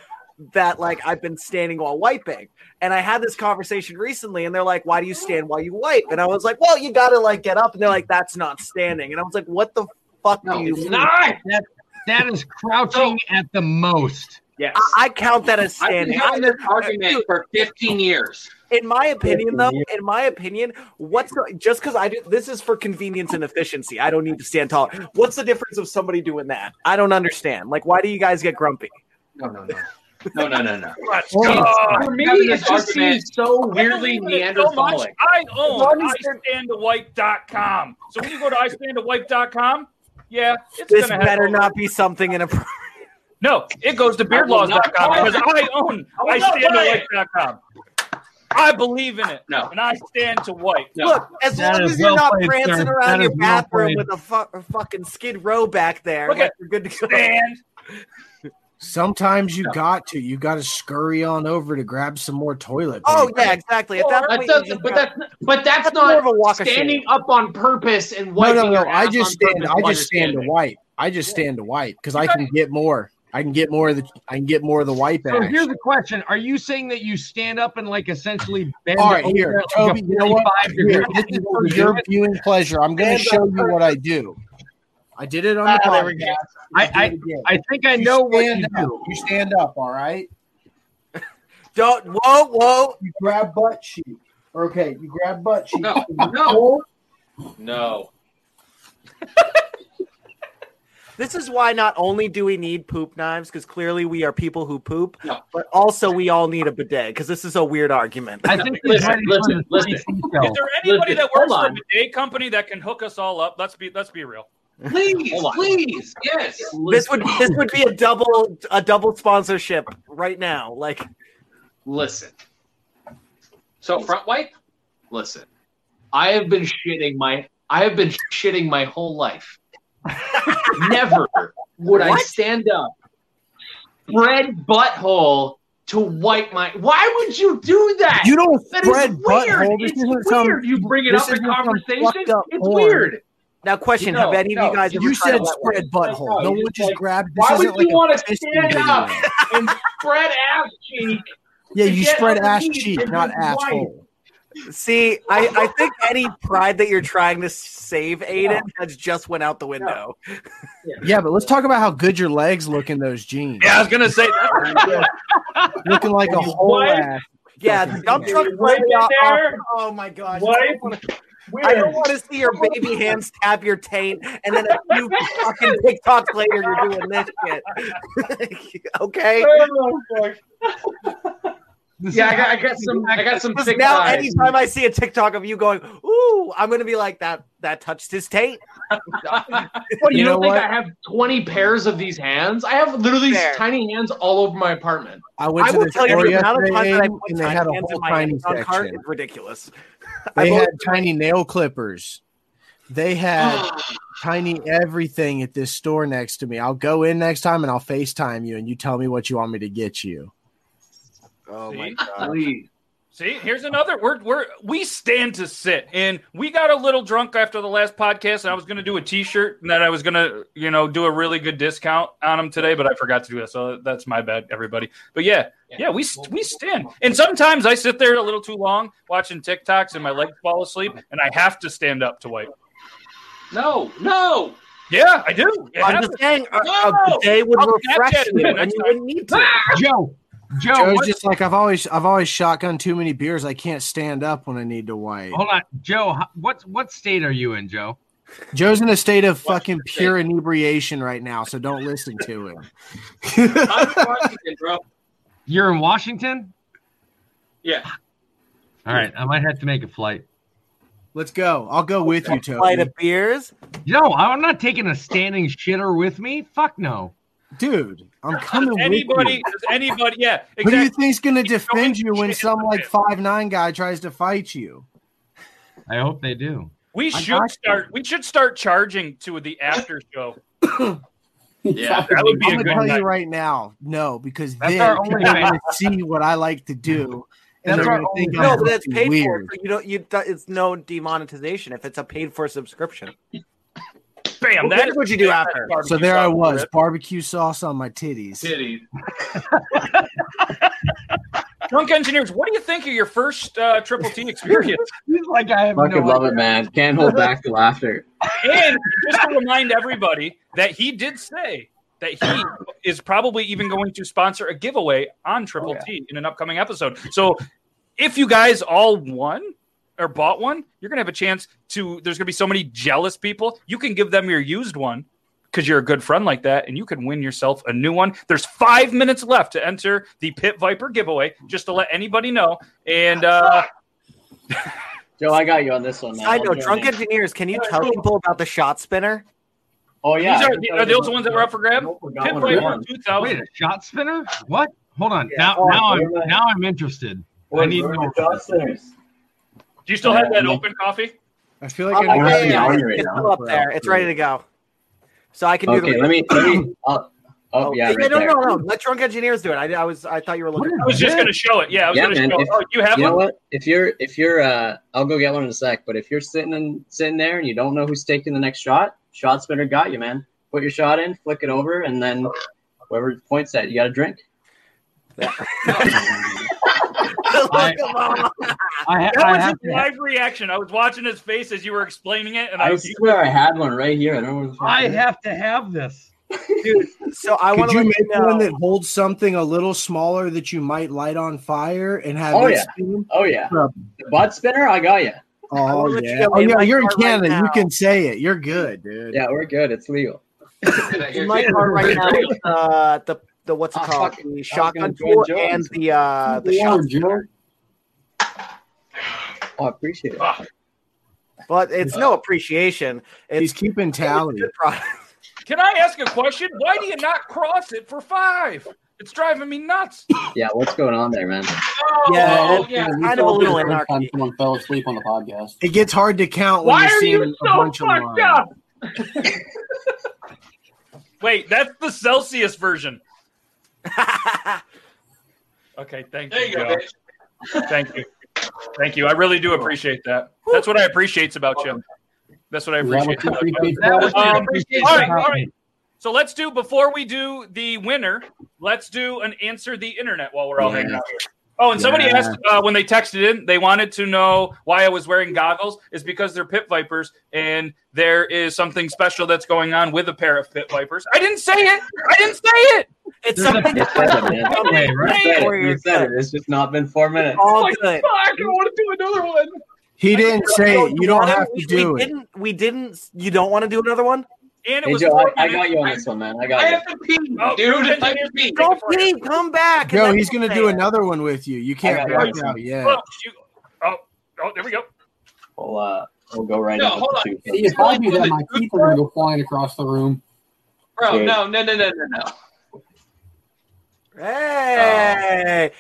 that like I've been standing while wiping, and I had this conversation recently, and they're like, "Why do you stand while you wipe?" And I was like, "Well, you gotta like get up," and they're like, "That's not standing," and I was like, "What the fuck do you it's mean?" not. That, that is crouching at the most. Yes, I, I count that as standing. I've been having this argument for 15 years. In my opinion, 15 though, years. in my opinion, what's the, just because I do this is for convenience and efficiency. I don't need to stand tall. What's the difference of somebody doing that? I don't understand. Like, why do you guys get grumpy? No, no, no. No, no, no, no. Let's go. For me, Having it this just argument- seems so weirdly I believe in it so much, Neanderthalic. I own Lonnie's I stand to wipe.com. So when you go to I stand to wipe.com, yeah, it's This gonna have better not be something inappropriate. No, it goes to I will beardlaws.com not buy it. because I own I will I not stand to buy it. wipe.com. I believe in it. No. And I stand to wipe. Look, as long as you're not prancing around your bathroom with a, fu- a fucking skid row back there, Look like at- you're good to go. Stand. Sometimes you got to. You got to scurry on over to grab some more toilet. Oh paper. yeah, exactly. At that Or- point, That you just doesn't- but got- that's- But that's, That's more not of a walk of shame. standing up on purpose and No, wiping no, no. your I ass just on stand. purpose I while just you're stand to standing. wipe. I just stand to wipe because I can get more. I can get more of the. I can get more of the wipe So action. here's the question: Are you saying that you stand up and like essentially bend All right, over here, at, like, Toby. a You know what? 45 degree Here, this is angle for to your do it? viewing pleasure. I'm going to And show the you what I do. I did it on the Ah, there we podcast. go. I'll I- do I- it again. I think I know what stand you up. do. You stand up, all right? Don't. Whoa, whoa. You grab butt cheek. Okay, you grab butt cheek. No, no. No. This is why not only do we need poop knives because clearly we are people who poop, but also we all need a bidet because this is a weird argument. I think Listen, listen, listen. Is there anybody Listen, that works hold for a on. bidet company that can hook us all up? Let's be let's be real. Please, please, yes. This would this would be a double a double sponsorship right now. Like, Listen. So front wipe. Listen, I have been shitting my I have been shitting my whole life. Never would I What? stand up, spread butthole to wipe my. Why would you do that? You don't That is spread butthole. This It's isn't weird. some- you bring it this up in isn't some conversation. fucked up It's porn. weird. now question: No, Have any no, of you guys? ever You tried said it that way? spread butthole. No It's one just like, grabbed. This Why would isn't you like a want to fisting stand video. up and spread ass cheek? Yeah, to you get spread on the ass knees cheek, and not just wipe? asshole. See, I, I think any pride that you're trying to save, Aiden, has just went out the window. Yeah, but let's talk about how good your legs look in those jeans. Yeah, I was gonna say looking like a whole ass. Yeah, the dump truck Right in there. Oh my gosh. Wipe. I don't wanna- I don't want to see your baby hands tap your taint, and then a few fucking TikToks later, you're doing this shit. okay. Oh Yeah, I got, I got some. I got some. Because thick now, thighs. anytime I see a TikTok of you going, "Ooh," I'm gonna be like, "That that touched his taint." What, you, You don't know think what? I have 20 pairs of these hands? I have literally Fair. tiny hands all over my apartment. I went I to will this tell you store the amount of yesterday, time that I put and they tiny had a hands in whole my tiny Amazon cart is section. ridiculous. They I've had always- tiny nail clippers. They had tiny everything at this store next to me. I'll go in next time and I'll FaceTime you and you tell me what you want me to get you. Oh my god. See, here's another. We're we're we stand to sit, and we got a little drunk after the last podcast. And I was going to do a T-shirt, and that I was going to you know do a really good discount on them today, but I forgot to do that, so that's my bad, everybody. But yeah, yeah, we we stand, and sometimes I sit there a little too long watching TikToks, and my legs fall asleep, and I have to stand up to wipe. No, no. Yeah, I do. It I'm happens. just saying, uh, a, a No! bidet would I'll refresh Snapchat it you, then, and that's you fine. wouldn't need to. Joe, Joe, Joe's what- just like I've always I've always shotgun too many beers. I can't stand up when I need to wipe. hold on, Joe. h- What what state are you in, Joe? Joe's in a state of fucking pure inebriation right now, so don't listen to him. You're in Washington. Yeah. All right, I might have to make a flight. Let's go. I'll go with you, Light Toby. of beers. No, Oh, I'm not taking a standing shitter with me. Fuck no. Dude, I'm coming with you. Anybody, does anybody, yeah, Who do you exactly. think's going to defend you when some like five nine guy tries to fight you? I hope they do. We I'm should asking. start. We should start charging to the after show. Yeah, that would be I'm a gonna good tell night. you right now, no, because That's then our people only are night. gonna see what I like to do. And That's they're our gonna only- think I'm no, but that's fucking paid weird. for. So you don't. You do- it's no demonetization if it's a paid for subscription. Bam! Well, that's what you do after. So there I was, barbecue sauce on my titties. Titties. Drunk engineers, what do you think of your first uh, triple T experience? like I have Fucking no love idea. it, man. Can't hold back the laughter. and just to remind everybody that he did say that he is probably even going to sponsor a giveaway on Triple T in an upcoming episode. So if you guys all won or bought one, you're gonna have a chance to. There's gonna be so many jealous people. You can give them your used one because you're a good friend like that, and you can win yourself a new one. There's five minutes left to enter the Pit Viper giveaway, just to let anybody know. And uh, Joe, I got you on this one. I know. Drunk engineers, can you tell people about the shot spinner? Oh These are, are those the ones that were up for grab? Pit one Viper won. 2000. Wait, a shot spinner? What? Hold on. Yeah. Now, Oh, now I'm wait a minute. now I'm interested. I Wait, need where to are know. the shot spinners? Do you still have that open coffee? I feel like I Oh, know yeah, how to yeah, order it's it now. still up there. It's ready to go. So I can do Okay, the. let me. Let me I'll, oh, yeah, right no, there. no, no. Let drunk engineers do it. I, I was. I thought you were looking. I was just gonna show it. Yeah, I was gonna show. If, it. Oh, you have know one? what? If you're, if you're, uh, I'll go get one in a sec. But if you're sitting and sitting there and you don't know who's taking the next shot, shot spinner got you, man. Put your shot in, flick it over, and then whoever points at it, you got a drink. Look at Mama. I, that was his live reaction. I was watching his face as you were explaining it, and I, I swear I had one right here. I don't know where the fuck it is. have to have this. So I Could want you to make one that holds something a little smaller that you might light on fire and have? Oh it yeah. spin? Oh yeah. The butt spinner, I got you. Oh wanna let you yeah. know Oh in yeah. my You're in car right Canada. you now. can say it. You're good, dude. Yeah, we're good. It's legal. in my car right now. is, Uh, the the what's it called? The shotgun tool join and the uh the Yeah, shot Joe. spinner. Oh, I appreciate it. But it's no appreciation. It's, He's keeping tally. can I ask a question? Why do you not cross it for five? It's driving me nuts. Yeah, what's going on there, man? Yeah, Oh, yeah. kind of a little anarchy. Someone fell asleep on the podcast. It gets hard to count when Why you're are seeing you a so bunch of lines. fucked up? Wait, that's the Celsius version. okay, thank you. There you go, Joe. Thank you. Thank you. I really do appreciate that. That's what I appreciate about you. That's what I Is that appreciate. what you about you. appreciate That was Um, about me? appreciation all right, about all right. me. So let's do before we do the winner. Let's do an answer the internet while we're all hanging out here. Oh, and somebody Yeah. asked uh, when they texted in, they wanted to know why I was wearing goggles. Is because they're pit vipers, and there is something special that's going on with a pair of pit vipers. I didn't say it. I didn't say it. It's something you said it, man. I didn't You say said it. it. You said it. It's just not been four minutes. All Like, good. I don't want to do another one. He didn't say it. You don't Why? have We- to do we it. Didn't, we didn't. You don't want to do another one? And Hey, Joe, I, I got you on this one, man. I got you. to pee, Oh, dude. I pee. Go pee. Come back. Joe, and then he's we'll gonna say do it. another one with you. You I can't got back it. out yet. Oh, shoot. oh, oh, there we go. We'll, uh, we'll go right No, up with hold the on. two See, first. if I do that, my teeth are going to go flying across the room. Bro, Dude. no, no, no, no, no, no. Hey.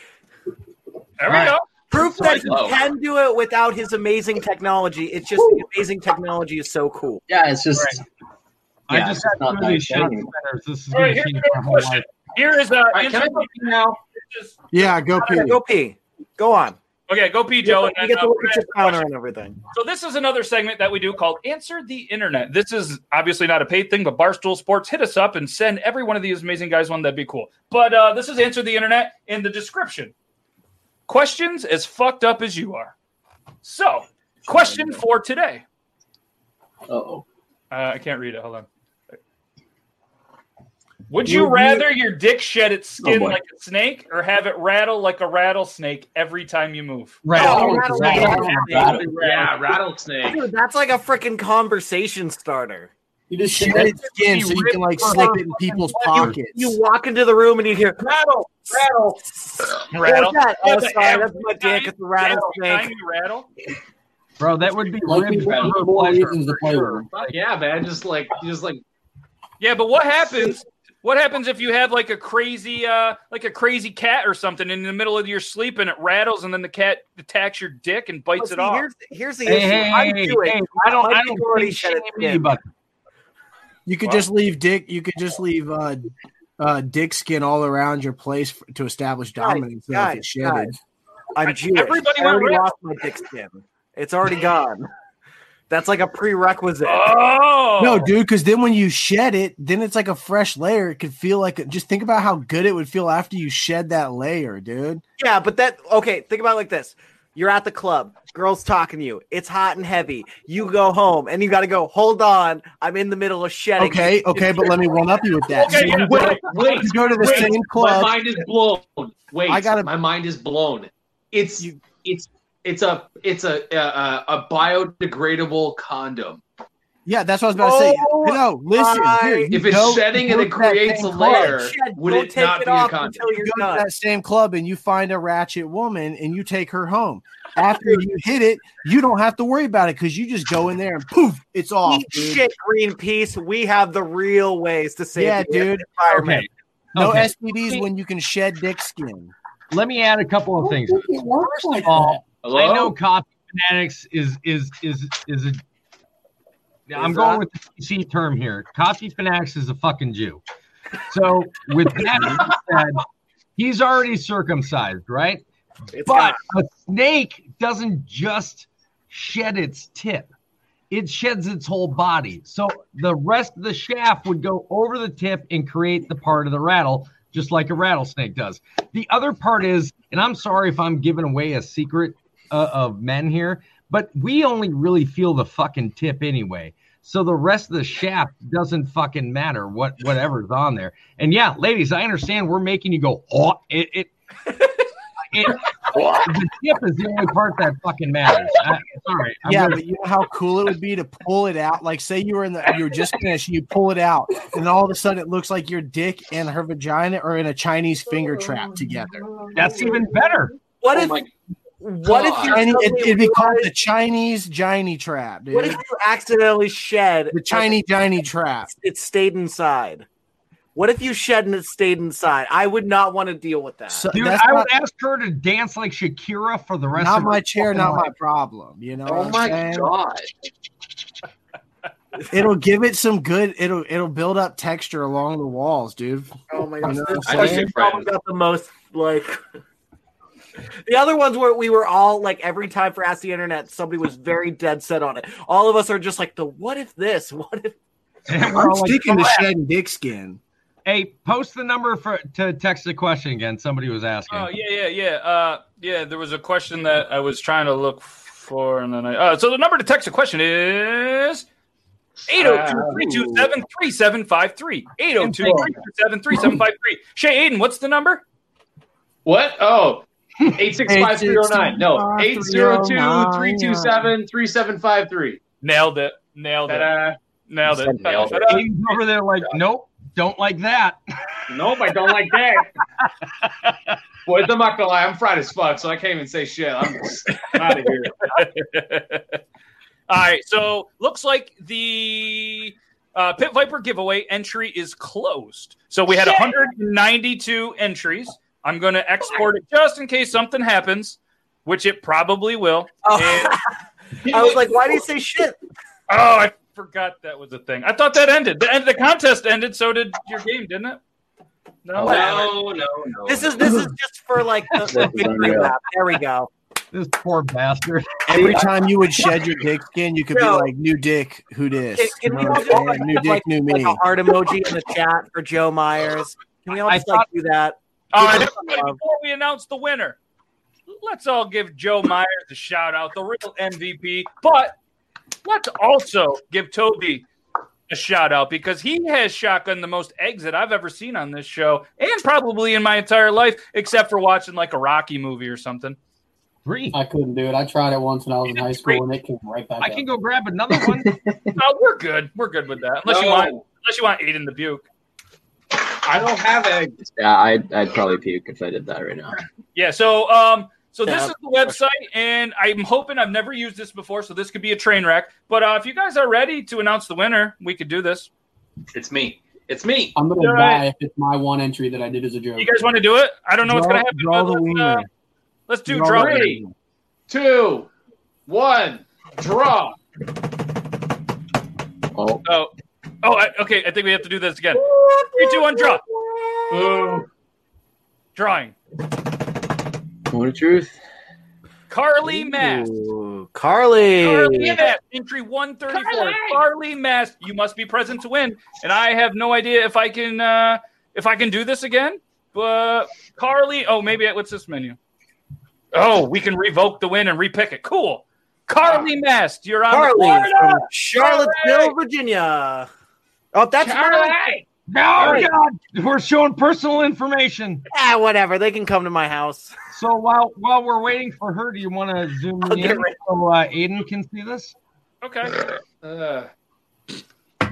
There we go. Proof Sorry, that he low. can do it without his amazing technology. It's just the amazing technology is so cool. Yeah, it's just. I just had one of these shot spinners. This is All going right, to here's change another my whole life. question. Here is uh, right, can I go now? Yeah, go pee. Go pee. Go on. Okay, go pee, You Joe. get to- you and then, get to uh, look we're gonna- at your counter and everything. So this is another segment that we do called Answer the Internet. This is obviously not a paid thing, but Barstool Sports hit us up and send every one of these amazing guys one. That'd be cool. But uh, this is Answer the Internet in the description. Questions as fucked up as you are. So, question for today. Oh, Uh, I can't read it. Hold on. Would you rather your dick shed its skin Oh, boy. like a snake, or have it rattle like a rattlesnake every time you move? Rattle. Oh, Rattle. Rattle. Rattle. Yeah, rattlesnake. Dude, that's like a freaking conversation starter. You just shed its skin so you can like slip it in people's pockets. You walk into the room and you hear rattle, rattle, Rattle. What was that? Oh, That's sorry, every that's my dick. It's a rattlesnake. rattle. Bro, that would be Like, ribs people for have pleasure. Fuck yeah, man. Just like, just like, Yeah, but what happens What happens if you have like a crazy, uh, like a crazy cat or something in the middle of your sleep and it rattles and then the cat attacks your dick and bites it But Oh, see, off? here's- here's the Hey, issue. hey, I'm hey, doing- hey, I don't- my I don't majority think said it's shame him. anybody. You could What? just leave dick. You could just leave uh, uh, dick skin all around your place f to establish dominance. though, if guys, it's shedded. guys. I'm Jewish. everybody I already went lost my dick skin. It's already gone. That's like a prerequisite. Oh No, dude, because then when you shed it, then it's like a fresh layer. It could feel like just think about how good it would feel after you shed that layer, dude. Yeah, but that okay, think about it like this. You're at the club, girls talking to you. It's hot and heavy. You go home and you got to go, "Hold on, I'm in the middle of shedding." Okay, okay, but let me one up you with that. So you go- you go to the wait. same club. My mind is blown. Wait, I gotta- my mind is blown. It's it's it's a it's a a, a biodegradable condom. Yeah, that's what I was about to say. Oh, No, listen. here, I- you If it's go- shedding and you go it to that creates same a club. layer, would Don't it take not be a off condom? until You go to that same club and you find a ratchet woman and you take her home. After you hit it, you don't have to worry about it because you just go in there and poof, it's off. Eat dude. shit, Greenpeace. We have the real ways to save Yeah, the dude. environment. No Okay. STDs when you can shed dick skin. Let me add a couple of things. First of all, I Oh. know coffee fanatics is is is is a. I'm Is that- going with the PC term here. Coffee fanatics is a fucking Jew. So with that being said, he's already circumcised, right? but a snake doesn't just shed its tip; it sheds its whole body. So the rest of the shaft would go over the tip and create the part of the rattle, just like a rattlesnake does. The other part is, and I'm sorry if I'm giving away a secret uh, of men here, but we only really feel the fucking tip anyway. So the rest of the shaft doesn't fucking matter what whatever's on there. And yeah, ladies, I understand we're making you go. Oh, it, it it, the tip is the only part that fucking matters. I, sorry. I'm yeah, gonna- but you know how cool it would be to pull it out. Like, say you were in the, you were just finished, you pull it out, and all of a sudden it looks like your dick and her vagina are in a Chinese finger trap together. That's even better. What if? what if you Chinese, it, suddenly it'd be called the Chinese Johnny trap, dude? What if you accidentally shed the Chinese Johnny trap? It stayed inside. What if you shed and it stayed inside? I would not want to deal with that. Dude, I would ask her to dance like Shakira for the rest Not of her my chair, fucking not my life. problem. You know. what Oh I'm my saying? god! It'll give it some good. It'll it'll build up texture along the walls, dude. Oh my You gosh, know what this I'm saying? question probably got the most like. The other ones where we were all like every time for Ask the Internet, somebody was very dead set on it. All of us are just like the what if this? What if We're I'm all like, sticking to "Crap." shedding dick skin. Hey, post the number for to text the question again. Somebody was asking. Oh yeah, yeah, yeah. Uh, yeah, there was a question that I was trying to look for, and then I. Uh, so the number to text a question is. 802-327-3753. 802-327-3753. Shay Aiden, what's the number? What? Oh, 865-309. No, 802-327-3753. Nailed it. Nailed it. Nailed it. Nailed it. Ta-da. Aiden's over there like, nope, don't like that. Nope, I don't like that. Boys, I'm not gonna lie, I'm fried as fuck, so I can't even say shit. I'm out of here. All right, so looks like the uh, Pit Viper giveaway entry is closed. So we had Shit. 192 entries. I'm going to export it just in case something happens, which it probably will. Oh, And- I was like, why do you say shit? Oh, I forgot that was a thing. I thought that ended. The, end, the contest ended. So did your game, didn't it? Oh, No, No, no. This is this is just for like the, the victory lap. There we go. This poor bastard. Every time you would shed your dick skin, you could No. be like, "New dick, who dis?" Can, can You we know all what I'm just saying? like, new put, dick, like, new like me. a heart emoji in the chat for Joe Myers? Can we all just like do that? All right, everybody, before we announce the winner, let's all give Joe Myers a shout out, the real MVP. But let's also give Toby a shout out because he has shotgun the most eggs that I've ever seen on this show and probably in my entire life, except for watching like a Rocky movie or something. Oh, Three. I couldn't do it. I tried it once when I was in high school, and it came right back. I up. can go grab another one. no, Uh, we're good. We're good with that. Unless you No. want, unless you want Aiden the Buke. I don't have eggs. Yeah, I'd, I'd probably puke if I did that right now. Yeah. So, um, so this Yeah. is the website, and I'm hoping I've never used this before, so this could be a train wreck. But uh, if you guys are ready to announce the winner, we could do this. It's me. It's me. I'm gonna All die right. if it's my one entry that I did as a joke. You guys wanna do it? I don't know what's gonna happen, Draw but the let's, wiener. uh, Let's do Draw draw. the Three, two, one, draw. Oh. Oh, oh I, okay. I think we have to do this again. Three, two, one, draw. Drawing. What a truth. Carly Mass. Carly. Carly Mass, entry 134. Carly. Mass, you must be present to win. And I have no idea if I can uh, if I can do this again. But Carly, oh maybe what's this menu? Oh, we can revoke the win and repick it. Cool. Carly Mast, you're on Carly the from Florida. Charlottesville, Virginia. Oh, that's Charlie. No, God, we're showing personal information. Ah, whatever. They can come to my house. So while while we're waiting for her, do you want to zoom I'll in get ready. so uh, Aiden can see this? Okay. Uh, Oh,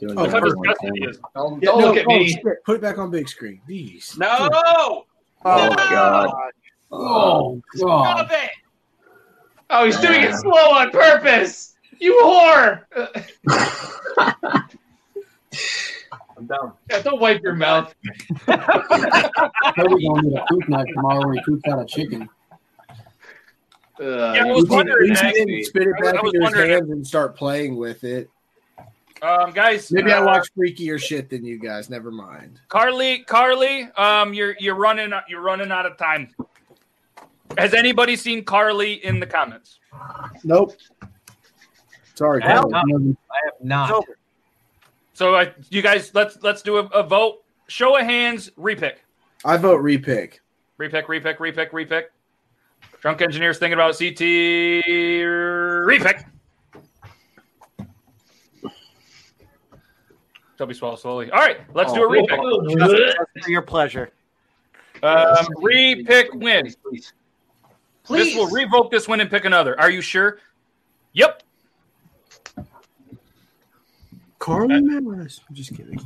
Look how first disgusted he is. Don't, Yeah, don't no, look at oh, me. shit, Put it back on big screen. Jeez. No. Oh, God. Oh, God. Stop it. Oh, he's doing it slow on purpose. You whore. I'm down. Yeah, don't wipe your mouth. Cody's gonna need a fruit knife tomorrow when he coops out a chicken. Uh, Yeah, I was wondering, At least he actually. didn't spit it I was- back I was into his wondering. hands and start playing with it. Um, guys, Maybe I uh, watch freakier shit than you guys. Never mind. Carly, Carly, um, you're you're running you're running out of time. Has anybody seen Carly in the comments? Nope. Sorry. I have Carly. not. I have not. So I, you guys, let's let's do a, a vote. Show of hands. Repick. I vote repick. Repick. Repick. Repick. Repick. Drunk engineers thinking about CT. Repick. Toby swallow slowly. All right, let's do a Oh. repick. For your pleasure. Um, repick win. This will revoke this win and pick another. Are you sure? Yep. Carly Morris. I'm just kidding.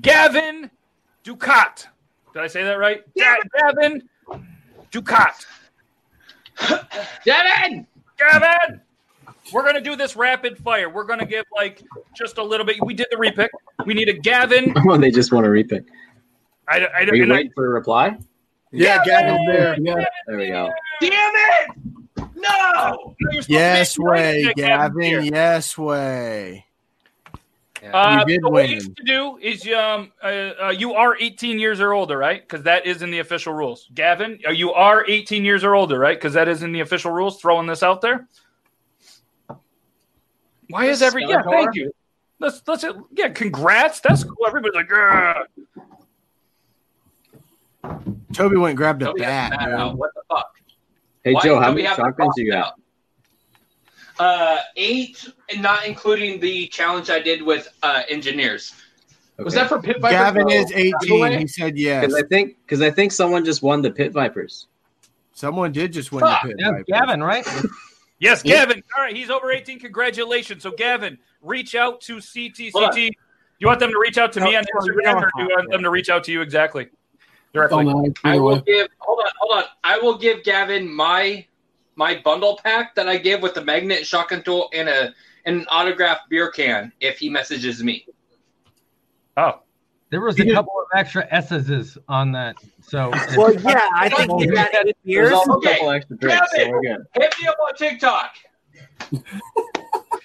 Gavin Ducat. Did I say that right? Yeah, Gavin Ducat. Gavin! Gavin! We're going to do this rapid fire. We're going to give like just a little bit. We did the repick. We need a Gavin. Oh, they just want to repick. I, I, Are you and I- waiting for a reply? Yeah, Gavin's there. There we go. Damn it! No! Yes way, Gavin's here. Gavin. Yes way. Uh, you did so what you win. need to do is um, uh, uh, you are 18 years or older, right? Because that is in the official rules. Gavin, uh, you are 18 years or older, right? Because that is in the official rules. Throwing this out there. Why is every yeah? Thank you. Let's let's yeah. Congrats. That's cool. Everybody's like, "Grr." Toby went and grabbed a Toby bat. got the bat man. What the fuck? Hey, Why Joe, do how we many have to shotguns box you got? Uh, eight, not including the challenge I did with uh, engineers. Was that for Pit Viper? Gavin No. is 18. He said yes. Because I think because I think someone just won the Pit Vipers. Someone did just win Fuck, the pit. that's Gavin, right? Yes, Yeah. Gavin. All right, he's over 18. Congratulations. So Gavin, reach out to CTCT. Hold on. You want them to reach out to No, me on no, you Instagram, don't or do you want them to reach out to you exactly? Directly. Oh, I will give. Hold on, hold on. I will give Gavin my my bundle pack that I give with the magnet shotgun tool and a and an autographed beer can if he messages me. Oh. There was a couple of extra S's on that. So Well, yeah, I think we had eight years. Gavin, hit me up on TikTok.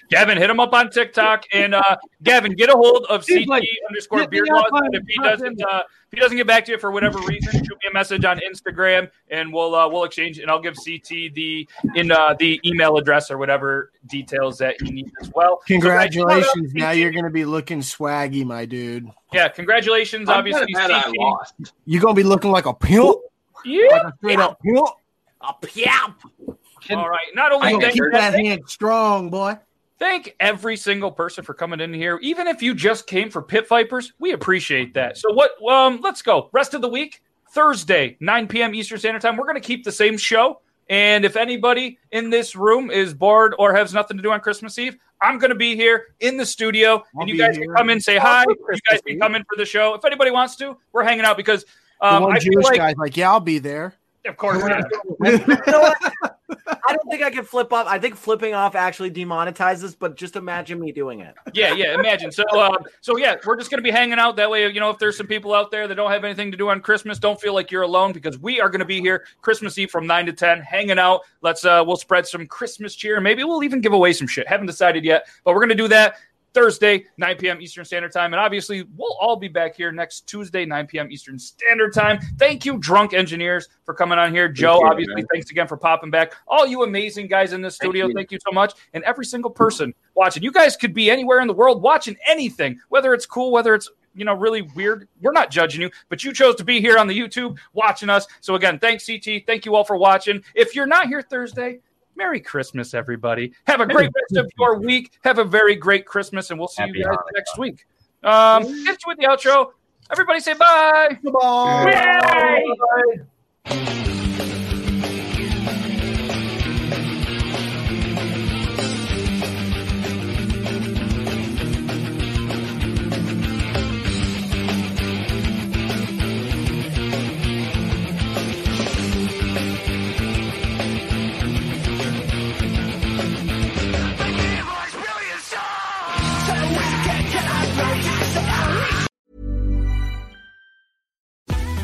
Gavin, hit him up on TikTok, and uh, Gavin, get a hold of CT underscore hit me beard up laws. on- And if he doesn't, uh, if he doesn't get back to you for whatever reason, shoot me a message on Instagram, and we'll uh, we'll exchange, and I'll give CT the in uh, the email address or whatever details that he needs as well. So, Congratulations. Now you're going to be looking swaggy, my dude. yeah, congratulations, I'm obviously. kinda mad I CT. lost. You're going to be looking like a pimp. Yeah. Straight up pimp. All right. Not only You gonna thank, keep that hand strong, boy. thank every single person for coming in here, even if you just came for Pit Vipers, we appreciate that. So what? Um, let's go. Rest of the week, Thursday, 9 p.m. Eastern Standard Time. We're going to keep the same show. And if anybody in this room is bored or has nothing to do on Christmas Eve, I'm going to be here in the studio, and you be guys here. can come in, say Oh, hi. for You guys can come in for the show if anybody wants to. We're hanging out because um, the one I feel Jewish like, guy's like, yeah, I'll be there. of course. yeah. I don't think I can flip off. I think flipping off actually demonetizes, but just imagine me doing it. Yeah, yeah. Imagine. So, uh, so yeah, we're just gonna be hanging out that way. You know, if there's some people out there that don't have anything to do on Christmas, don't feel like you're alone because we are gonna be here Christmas Eve from nine to ten, hanging out. Let's uh, we'll spread some Christmas cheer. Maybe we'll even give away some shit. Haven't decided yet, but we're gonna do that. Thursday, 9 p.m. Eastern Standard Time. And obviously, we'll all be back here next Tuesday, 9 p.m. Eastern Standard Time. Thank you, Drunk Engineers, for coming on here. Joe, you, obviously, man. thanks again for popping back. All you amazing guys in this studio, you. thank you so much. And every single person watching, you guys could be anywhere in the world watching anything, whether it's cool, whether it's you know, really weird. We're not judging you, but you chose to be here on the YouTube watching us. So again, thanks, CT. Thank you all for watching. If you're not here Thursday, Merry Christmas, everybody. Have a great rest of your week. Have a very great Christmas, and we'll see Happy you guys Hanukkah. next week. Um, hit you with the outro. Everybody say bye. Bye. Bye.